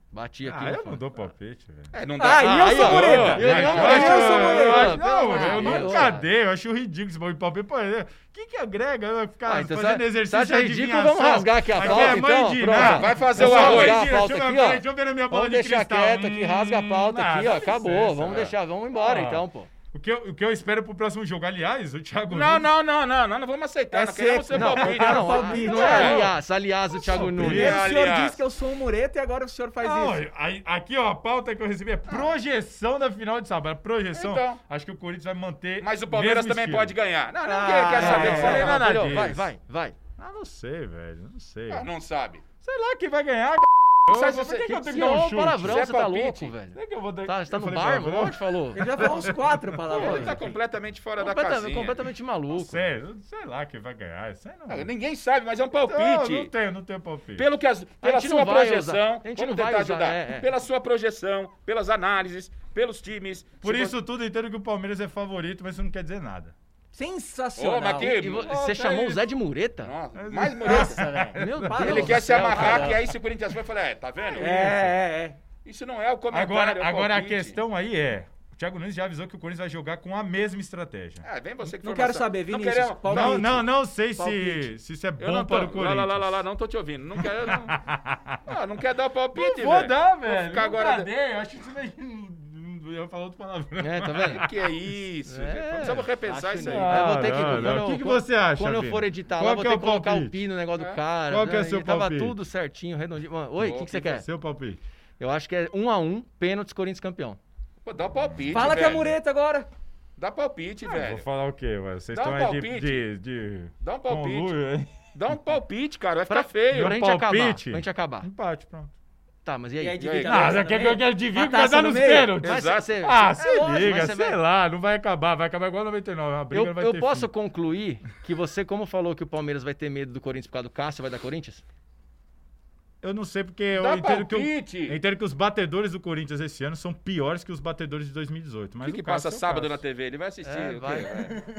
Speaker 1: Bati aqui.
Speaker 2: Ah, eu
Speaker 1: Rafa.
Speaker 2: não dou palpite, velho.
Speaker 3: É, não
Speaker 4: Ah,
Speaker 3: dá.
Speaker 4: e eu sou
Speaker 1: ó.
Speaker 4: mureta.
Speaker 1: Eu não-
Speaker 4: Eu
Speaker 1: eu
Speaker 4: sou
Speaker 1: não-
Speaker 4: mureta.
Speaker 1: eu-
Speaker 2: Não, velho, eu
Speaker 1: Ah,
Speaker 2: nunca
Speaker 1: eu-
Speaker 2: dei. Eu acho ridículo esse bagulho de palpite. Pô, eu- O que que agrega? Eu ficar
Speaker 1: Ah, então
Speaker 2: fazendo
Speaker 1: se-
Speaker 2: exercício
Speaker 1: se acha
Speaker 2: de
Speaker 1: ridículo,
Speaker 2: adivinhação.
Speaker 1: vamos rasgar aqui a
Speaker 2: Aqui
Speaker 1: pauta,
Speaker 2: é mãe
Speaker 1: então,
Speaker 2: de
Speaker 1: pronto.
Speaker 2: nada.
Speaker 3: Vai fazer
Speaker 2: Eu
Speaker 3: o
Speaker 2: sou
Speaker 3: arroz.
Speaker 2: mãe de-
Speaker 1: Rasgar a pauta
Speaker 2: deixa eu
Speaker 1: aqui,
Speaker 2: ver-
Speaker 1: ó.
Speaker 2: Deixa eu ver na minha bola
Speaker 1: Vamos
Speaker 2: de
Speaker 1: deixar
Speaker 2: cristal.
Speaker 1: quieto aqui,
Speaker 2: Hum,
Speaker 1: rasga a pauta
Speaker 2: ah,
Speaker 1: aqui, ó.
Speaker 2: dá
Speaker 1: Acabou.
Speaker 2: licença,
Speaker 1: Vamos
Speaker 2: velho.
Speaker 1: deixar, vamos embora
Speaker 2: Ah.
Speaker 1: então, pô.
Speaker 2: O que, eu, o que eu espero pro próximo jogo, aliás, o Thiago
Speaker 3: Não,
Speaker 2: Nunes-
Speaker 3: não, não, não, não, não vamos aceitar.
Speaker 4: É
Speaker 3: não queremos ser
Speaker 4: seco.
Speaker 1: Não,
Speaker 3: palpite.
Speaker 1: não,
Speaker 4: não, palpite,
Speaker 1: não é
Speaker 2: né?
Speaker 4: não.
Speaker 1: aliás. Aliás, o Thiago Nunes.
Speaker 4: Primeiro o senhor
Speaker 3: aliás.
Speaker 4: disse que eu sou um mureta e agora o senhor faz
Speaker 2: Não,
Speaker 4: isso.
Speaker 2: aí- aqui ó, a pauta que eu recebi é projeção da final de sábado. A projeção,
Speaker 3: Então.
Speaker 2: acho que o Corinthians vai manter.
Speaker 3: Mas o Palmeiras
Speaker 2: mesmo
Speaker 3: também
Speaker 2: estilo.
Speaker 3: pode ganhar. Não, não
Speaker 4: Ah,
Speaker 3: quer, quer saber
Speaker 2: é,
Speaker 3: disso aí,
Speaker 2: é,
Speaker 3: não, não.
Speaker 2: nada
Speaker 1: Filho, Vai,
Speaker 2: disso.
Speaker 1: vai, vai.
Speaker 2: Ah, não sei, velho. Não sei.
Speaker 3: Ah, Não sabe.
Speaker 2: Sei lá quem vai ganhar. c******.
Speaker 3: Sabe
Speaker 2: Por
Speaker 3: se você-
Speaker 2: que, que eu tenho que
Speaker 1: Se
Speaker 2: dar um
Speaker 1: é
Speaker 2: chute?
Speaker 1: um palavrão,
Speaker 3: Se é
Speaker 1: você tá
Speaker 3: palpite,
Speaker 1: louco, velho.
Speaker 2: Por que que eu vou dar-
Speaker 1: Tá, você tá
Speaker 2: eu
Speaker 1: no
Speaker 2: falei
Speaker 1: bar,
Speaker 2: palavrão?
Speaker 1: mano? Onde falou?
Speaker 4: Ele já falou uns quatro
Speaker 3: Ele
Speaker 4: palavras.
Speaker 3: tá completamente fora da
Speaker 1: Completamente,
Speaker 3: casinha.
Speaker 1: completamente maluco.
Speaker 2: Não sei, não sei lá quem vai ganhar. Isso aí não.
Speaker 3: Ah, Ninguém sabe, mas é um
Speaker 2: não, não
Speaker 3: palpite.
Speaker 2: tenho, não tenho palpite.
Speaker 3: Pelo que as, pela
Speaker 1: gente não
Speaker 3: sua
Speaker 1: vai usar.
Speaker 3: projeção,
Speaker 1: A gente
Speaker 3: vamos
Speaker 1: não vai
Speaker 3: tentar
Speaker 1: usar,
Speaker 3: ajudar.
Speaker 1: é, é.
Speaker 3: Pela sua projeção, pelas análises, pelos times.
Speaker 2: Por
Speaker 3: Se
Speaker 2: isso tudo entendo que o Palmeiras é favorito, mas isso não quer dizer nada.
Speaker 4: Sensacional.
Speaker 3: Ô, mas
Speaker 2: é
Speaker 3: que-
Speaker 1: E vo-
Speaker 3: Ô,
Speaker 1: você
Speaker 3: tá
Speaker 1: chamou o
Speaker 3: aí.
Speaker 1: Zé de mureta?
Speaker 3: Nossa, mais mudança.
Speaker 1: Meu
Speaker 4: Ele
Speaker 1: Deus.
Speaker 3: Ele
Speaker 1: do
Speaker 3: quer se
Speaker 1: céu,
Speaker 3: amarrar,
Speaker 1: cara.
Speaker 3: que aí se o Corinthians vai falar, é, tá vendo?
Speaker 4: É, é, é.
Speaker 3: Isso não é o comentário. é
Speaker 2: Agora,
Speaker 3: o
Speaker 2: agora a
Speaker 3: palpite.
Speaker 2: questão aí é: o Thiago Nunes já avisou que o Corinthians vai jogar com a mesma estratégia.
Speaker 3: Ah, vem você que
Speaker 4: Não
Speaker 3: formação.
Speaker 4: quero saber,
Speaker 3: Não
Speaker 4: Vinícius.
Speaker 3: queremos.
Speaker 4: Palpite.
Speaker 2: Não, não, não sei se,
Speaker 4: Palpite.
Speaker 2: se isso é
Speaker 3: Eu
Speaker 2: bom
Speaker 3: não tô.
Speaker 2: para o
Speaker 3: Lá,
Speaker 2: Corinthians.
Speaker 3: lá, lá, lá, lá, não tô te ouvindo. Não quero. Não, Ah, não quer dar palpite,
Speaker 2: Não vou
Speaker 3: velho.
Speaker 2: dar, velho.
Speaker 3: ficar
Speaker 2: Nunca
Speaker 3: agora-
Speaker 2: dei, Eu acho que isso daí. Eu ia falar outro palavrão.
Speaker 1: É, tá vendo?
Speaker 3: Que é isso?
Speaker 1: É,
Speaker 3: gente? Precisamos repensar
Speaker 1: acho
Speaker 3: isso aí.
Speaker 1: não. Ah, eu vou ter que-
Speaker 2: não, não.
Speaker 1: quando
Speaker 2: O que,
Speaker 1: eu-
Speaker 2: que você acha?
Speaker 1: Quando eu
Speaker 2: Pedro?
Speaker 1: for editar
Speaker 2: Qual
Speaker 1: lá, vou
Speaker 2: que
Speaker 1: ter
Speaker 2: é
Speaker 1: que colocar o
Speaker 2: palpite?
Speaker 1: pino no negócio do
Speaker 3: É.
Speaker 1: cara.
Speaker 2: Qual que é
Speaker 1: né?
Speaker 2: o seu
Speaker 1: E Tava
Speaker 2: palpite?
Speaker 1: tudo certinho, redondinho. Mano, Oi, o que, que você quer?
Speaker 2: Seu palpite.
Speaker 1: Eu acho que é 1 a 1 pênaltis Corinthians campeão.
Speaker 3: Pô, dá um palpite.
Speaker 4: Fala que é
Speaker 3: velho.
Speaker 4: mureta agora.
Speaker 3: Dá palpite,
Speaker 2: Ah, Vou
Speaker 3: velho.
Speaker 2: falar o quê, velho? Vocês
Speaker 3: Dá
Speaker 2: estão
Speaker 3: um
Speaker 2: aí de,
Speaker 3: palpite.
Speaker 2: de, de.
Speaker 3: Dá um palpite.
Speaker 2: conluio, hein?
Speaker 3: Dá um palpite, cara. Vai ficar
Speaker 1: Pra,
Speaker 3: feio.
Speaker 1: pra gente
Speaker 2: palpite.
Speaker 1: acabar. Pra gente acabar.
Speaker 2: Empate, pronto.
Speaker 1: Tá, mas e aí?
Speaker 4: E aí,
Speaker 3: E aí?
Speaker 4: divide a
Speaker 2: Ah,
Speaker 4: taça
Speaker 2: já quer
Speaker 4: no
Speaker 2: que eu
Speaker 4: meio?
Speaker 2: quero de
Speaker 4: Uma
Speaker 2: vir vai
Speaker 4: taça
Speaker 2: dar
Speaker 4: no
Speaker 2: nos
Speaker 4: meio?
Speaker 2: pênaltis.
Speaker 1: Mas
Speaker 3: Exato.
Speaker 1: você-
Speaker 2: Ah,
Speaker 1: você-
Speaker 2: se
Speaker 1: é lógico, mas
Speaker 2: liga,
Speaker 1: você
Speaker 2: sei
Speaker 1: vai-
Speaker 2: lá, não vai acabar, vai acabar igual a 99, a briga
Speaker 1: Eu,
Speaker 2: não vai
Speaker 1: eu
Speaker 2: ter
Speaker 1: posso
Speaker 2: fim.
Speaker 1: concluir que você, como falou que o Palmeiras vai ter medo do Corinthians por causa do Cássio, vai dar Corinthians?
Speaker 2: Eu não sei porque eu
Speaker 3: Dá
Speaker 2: entendo que,
Speaker 3: palpite.
Speaker 2: eu, eu entendo que os batedores do Corinthians esse ano são piores que os batedores de 2018.
Speaker 3: O
Speaker 2: Mas
Speaker 3: que,
Speaker 2: o
Speaker 3: que
Speaker 2: Cássio
Speaker 3: passa
Speaker 2: é o
Speaker 3: sábado
Speaker 2: Cássio.
Speaker 3: na TV? Ele vai assistir.
Speaker 1: É,
Speaker 3: o quê?
Speaker 1: vai.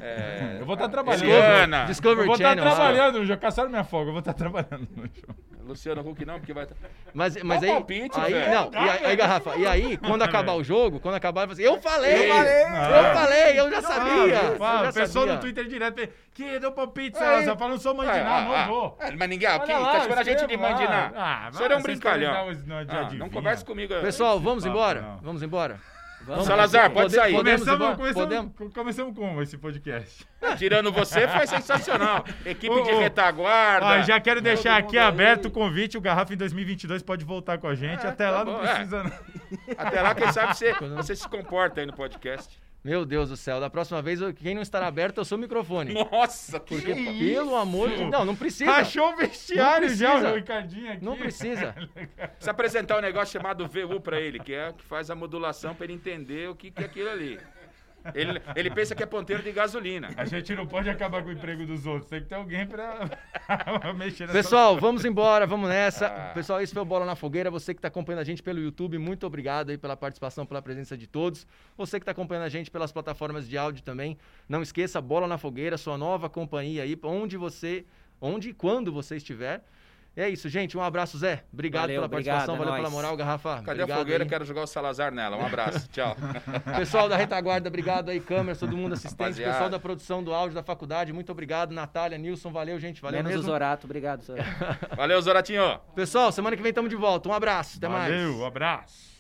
Speaker 3: É,
Speaker 2: Eu vou estar trabalhando.
Speaker 3: Eliana.
Speaker 2: Eu
Speaker 1: Discovery
Speaker 2: vou estar
Speaker 1: Channel. assim, lá.
Speaker 2: trabalhando, já caçaram minha folga, eu vou estar trabalhando no jogo.
Speaker 3: Luciano Huck não, porque vai.
Speaker 1: Mas, mas
Speaker 3: Dá
Speaker 1: aí.
Speaker 3: palpite,
Speaker 1: aí
Speaker 3: velho.
Speaker 1: não, e aí, aí, Garrafa, e aí, quando acabar o jogo, quando acabar, você. Eu falei!
Speaker 4: Eu falei!
Speaker 1: Eu falei, eu já sabia!
Speaker 2: Ah,
Speaker 1: eu já
Speaker 2: o pessoal
Speaker 1: sabia.
Speaker 2: no Twitter direto tem, que deu palpite,
Speaker 3: Aí.
Speaker 2: Salazar, fala, não sou mãe de nada, não vou.
Speaker 3: ah, mas ninguém aqui
Speaker 2: Olha lá,
Speaker 3: tá chamando a gente de
Speaker 2: escreva lá.
Speaker 3: mandinar.
Speaker 2: Ah,
Speaker 3: Você é um
Speaker 2: vocês
Speaker 3: brincalhão.
Speaker 2: podem dar os- de
Speaker 3: Ah, não
Speaker 2: adivinha.
Speaker 3: converse comigo.
Speaker 1: Pessoal, vamos
Speaker 2: papo,
Speaker 1: embora?
Speaker 2: não.
Speaker 1: Vamos embora?
Speaker 4: Vamos.
Speaker 3: Salazar,
Speaker 1: Pode-
Speaker 3: pode sair.
Speaker 1: pode- Podemos
Speaker 2: Começamos,
Speaker 1: embora?
Speaker 2: começamos, começamos como esse podcast?
Speaker 3: Tirando você, foi sensacional. Equipe de
Speaker 2: Ô, ô.
Speaker 3: retaguarda.
Speaker 2: Ó, já quero deixar
Speaker 4: Todo
Speaker 2: aqui
Speaker 4: mundo aí.
Speaker 2: aberto o convite. O Garrafa em 2022 pode voltar com a gente.
Speaker 3: É,
Speaker 2: Até
Speaker 3: tá
Speaker 2: lá
Speaker 3: bom,
Speaker 2: não
Speaker 3: é.
Speaker 2: precisa. não.
Speaker 3: Até lá, quem sabe você, você se comporta aí no podcast.
Speaker 1: Meu Deus do céu, da próxima vez, eu- quem não estará aberto, eu sou o microfone.
Speaker 3: Nossa, que
Speaker 1: Porque, pelo amor de Não, não precisa.
Speaker 2: Rachou o vestiário
Speaker 1: Não
Speaker 2: já,
Speaker 1: precisa.
Speaker 2: o Ricardinho aqui.
Speaker 1: Não precisa.
Speaker 3: Precisa apresentar um negócio chamado VU pra ele, que é o que faz a modulação pra ele entender o que, que é aquilo ali. Ele, ele pensa que é ponteiro de gasolina.
Speaker 2: A gente não pode acabar com o emprego dos outros. Tem que ter alguém pra, pra mexer nessa
Speaker 1: Pessoal, vamos embora, vamos nessa.
Speaker 3: Ah.
Speaker 1: Pessoal, esse foi o Bola na Fogueira. Você que está acompanhando a gente pelo YouTube, muito obrigado aí pela participação, pela presença de todos. Você que está acompanhando a gente pelas plataformas de áudio também, não esqueça Bola na Fogueira, sua nova companhia aí, onde você, onde e quando você estiver. É isso, gente. Um abraço, Zé. Obrigado
Speaker 4: Valeu,
Speaker 1: pela
Speaker 4: obrigado,
Speaker 1: participação,
Speaker 4: é
Speaker 1: valeu
Speaker 4: nóis.
Speaker 1: pela moral, Garrafa.
Speaker 3: Cadê
Speaker 1: obrigado
Speaker 3: a fogueira?
Speaker 1: aí.
Speaker 3: Quero jogar o Salazar nela. Um abraço. Tchau.
Speaker 1: Pessoal da retaguarda, obrigado aí, câmeras, todo mundo assistente,
Speaker 3: Rapaziada.
Speaker 1: pessoal da produção do áudio da faculdade, muito obrigado, Natália, Nilson, valeu, gente, valeu
Speaker 4: Menos o
Speaker 1: mesmo.
Speaker 4: Zorato, obrigado, Zorato.
Speaker 3: Valeu, Zoratinho.
Speaker 1: Pessoal, semana que vem estamos de volta. Um abraço, até mais.
Speaker 2: Valeu, abraço.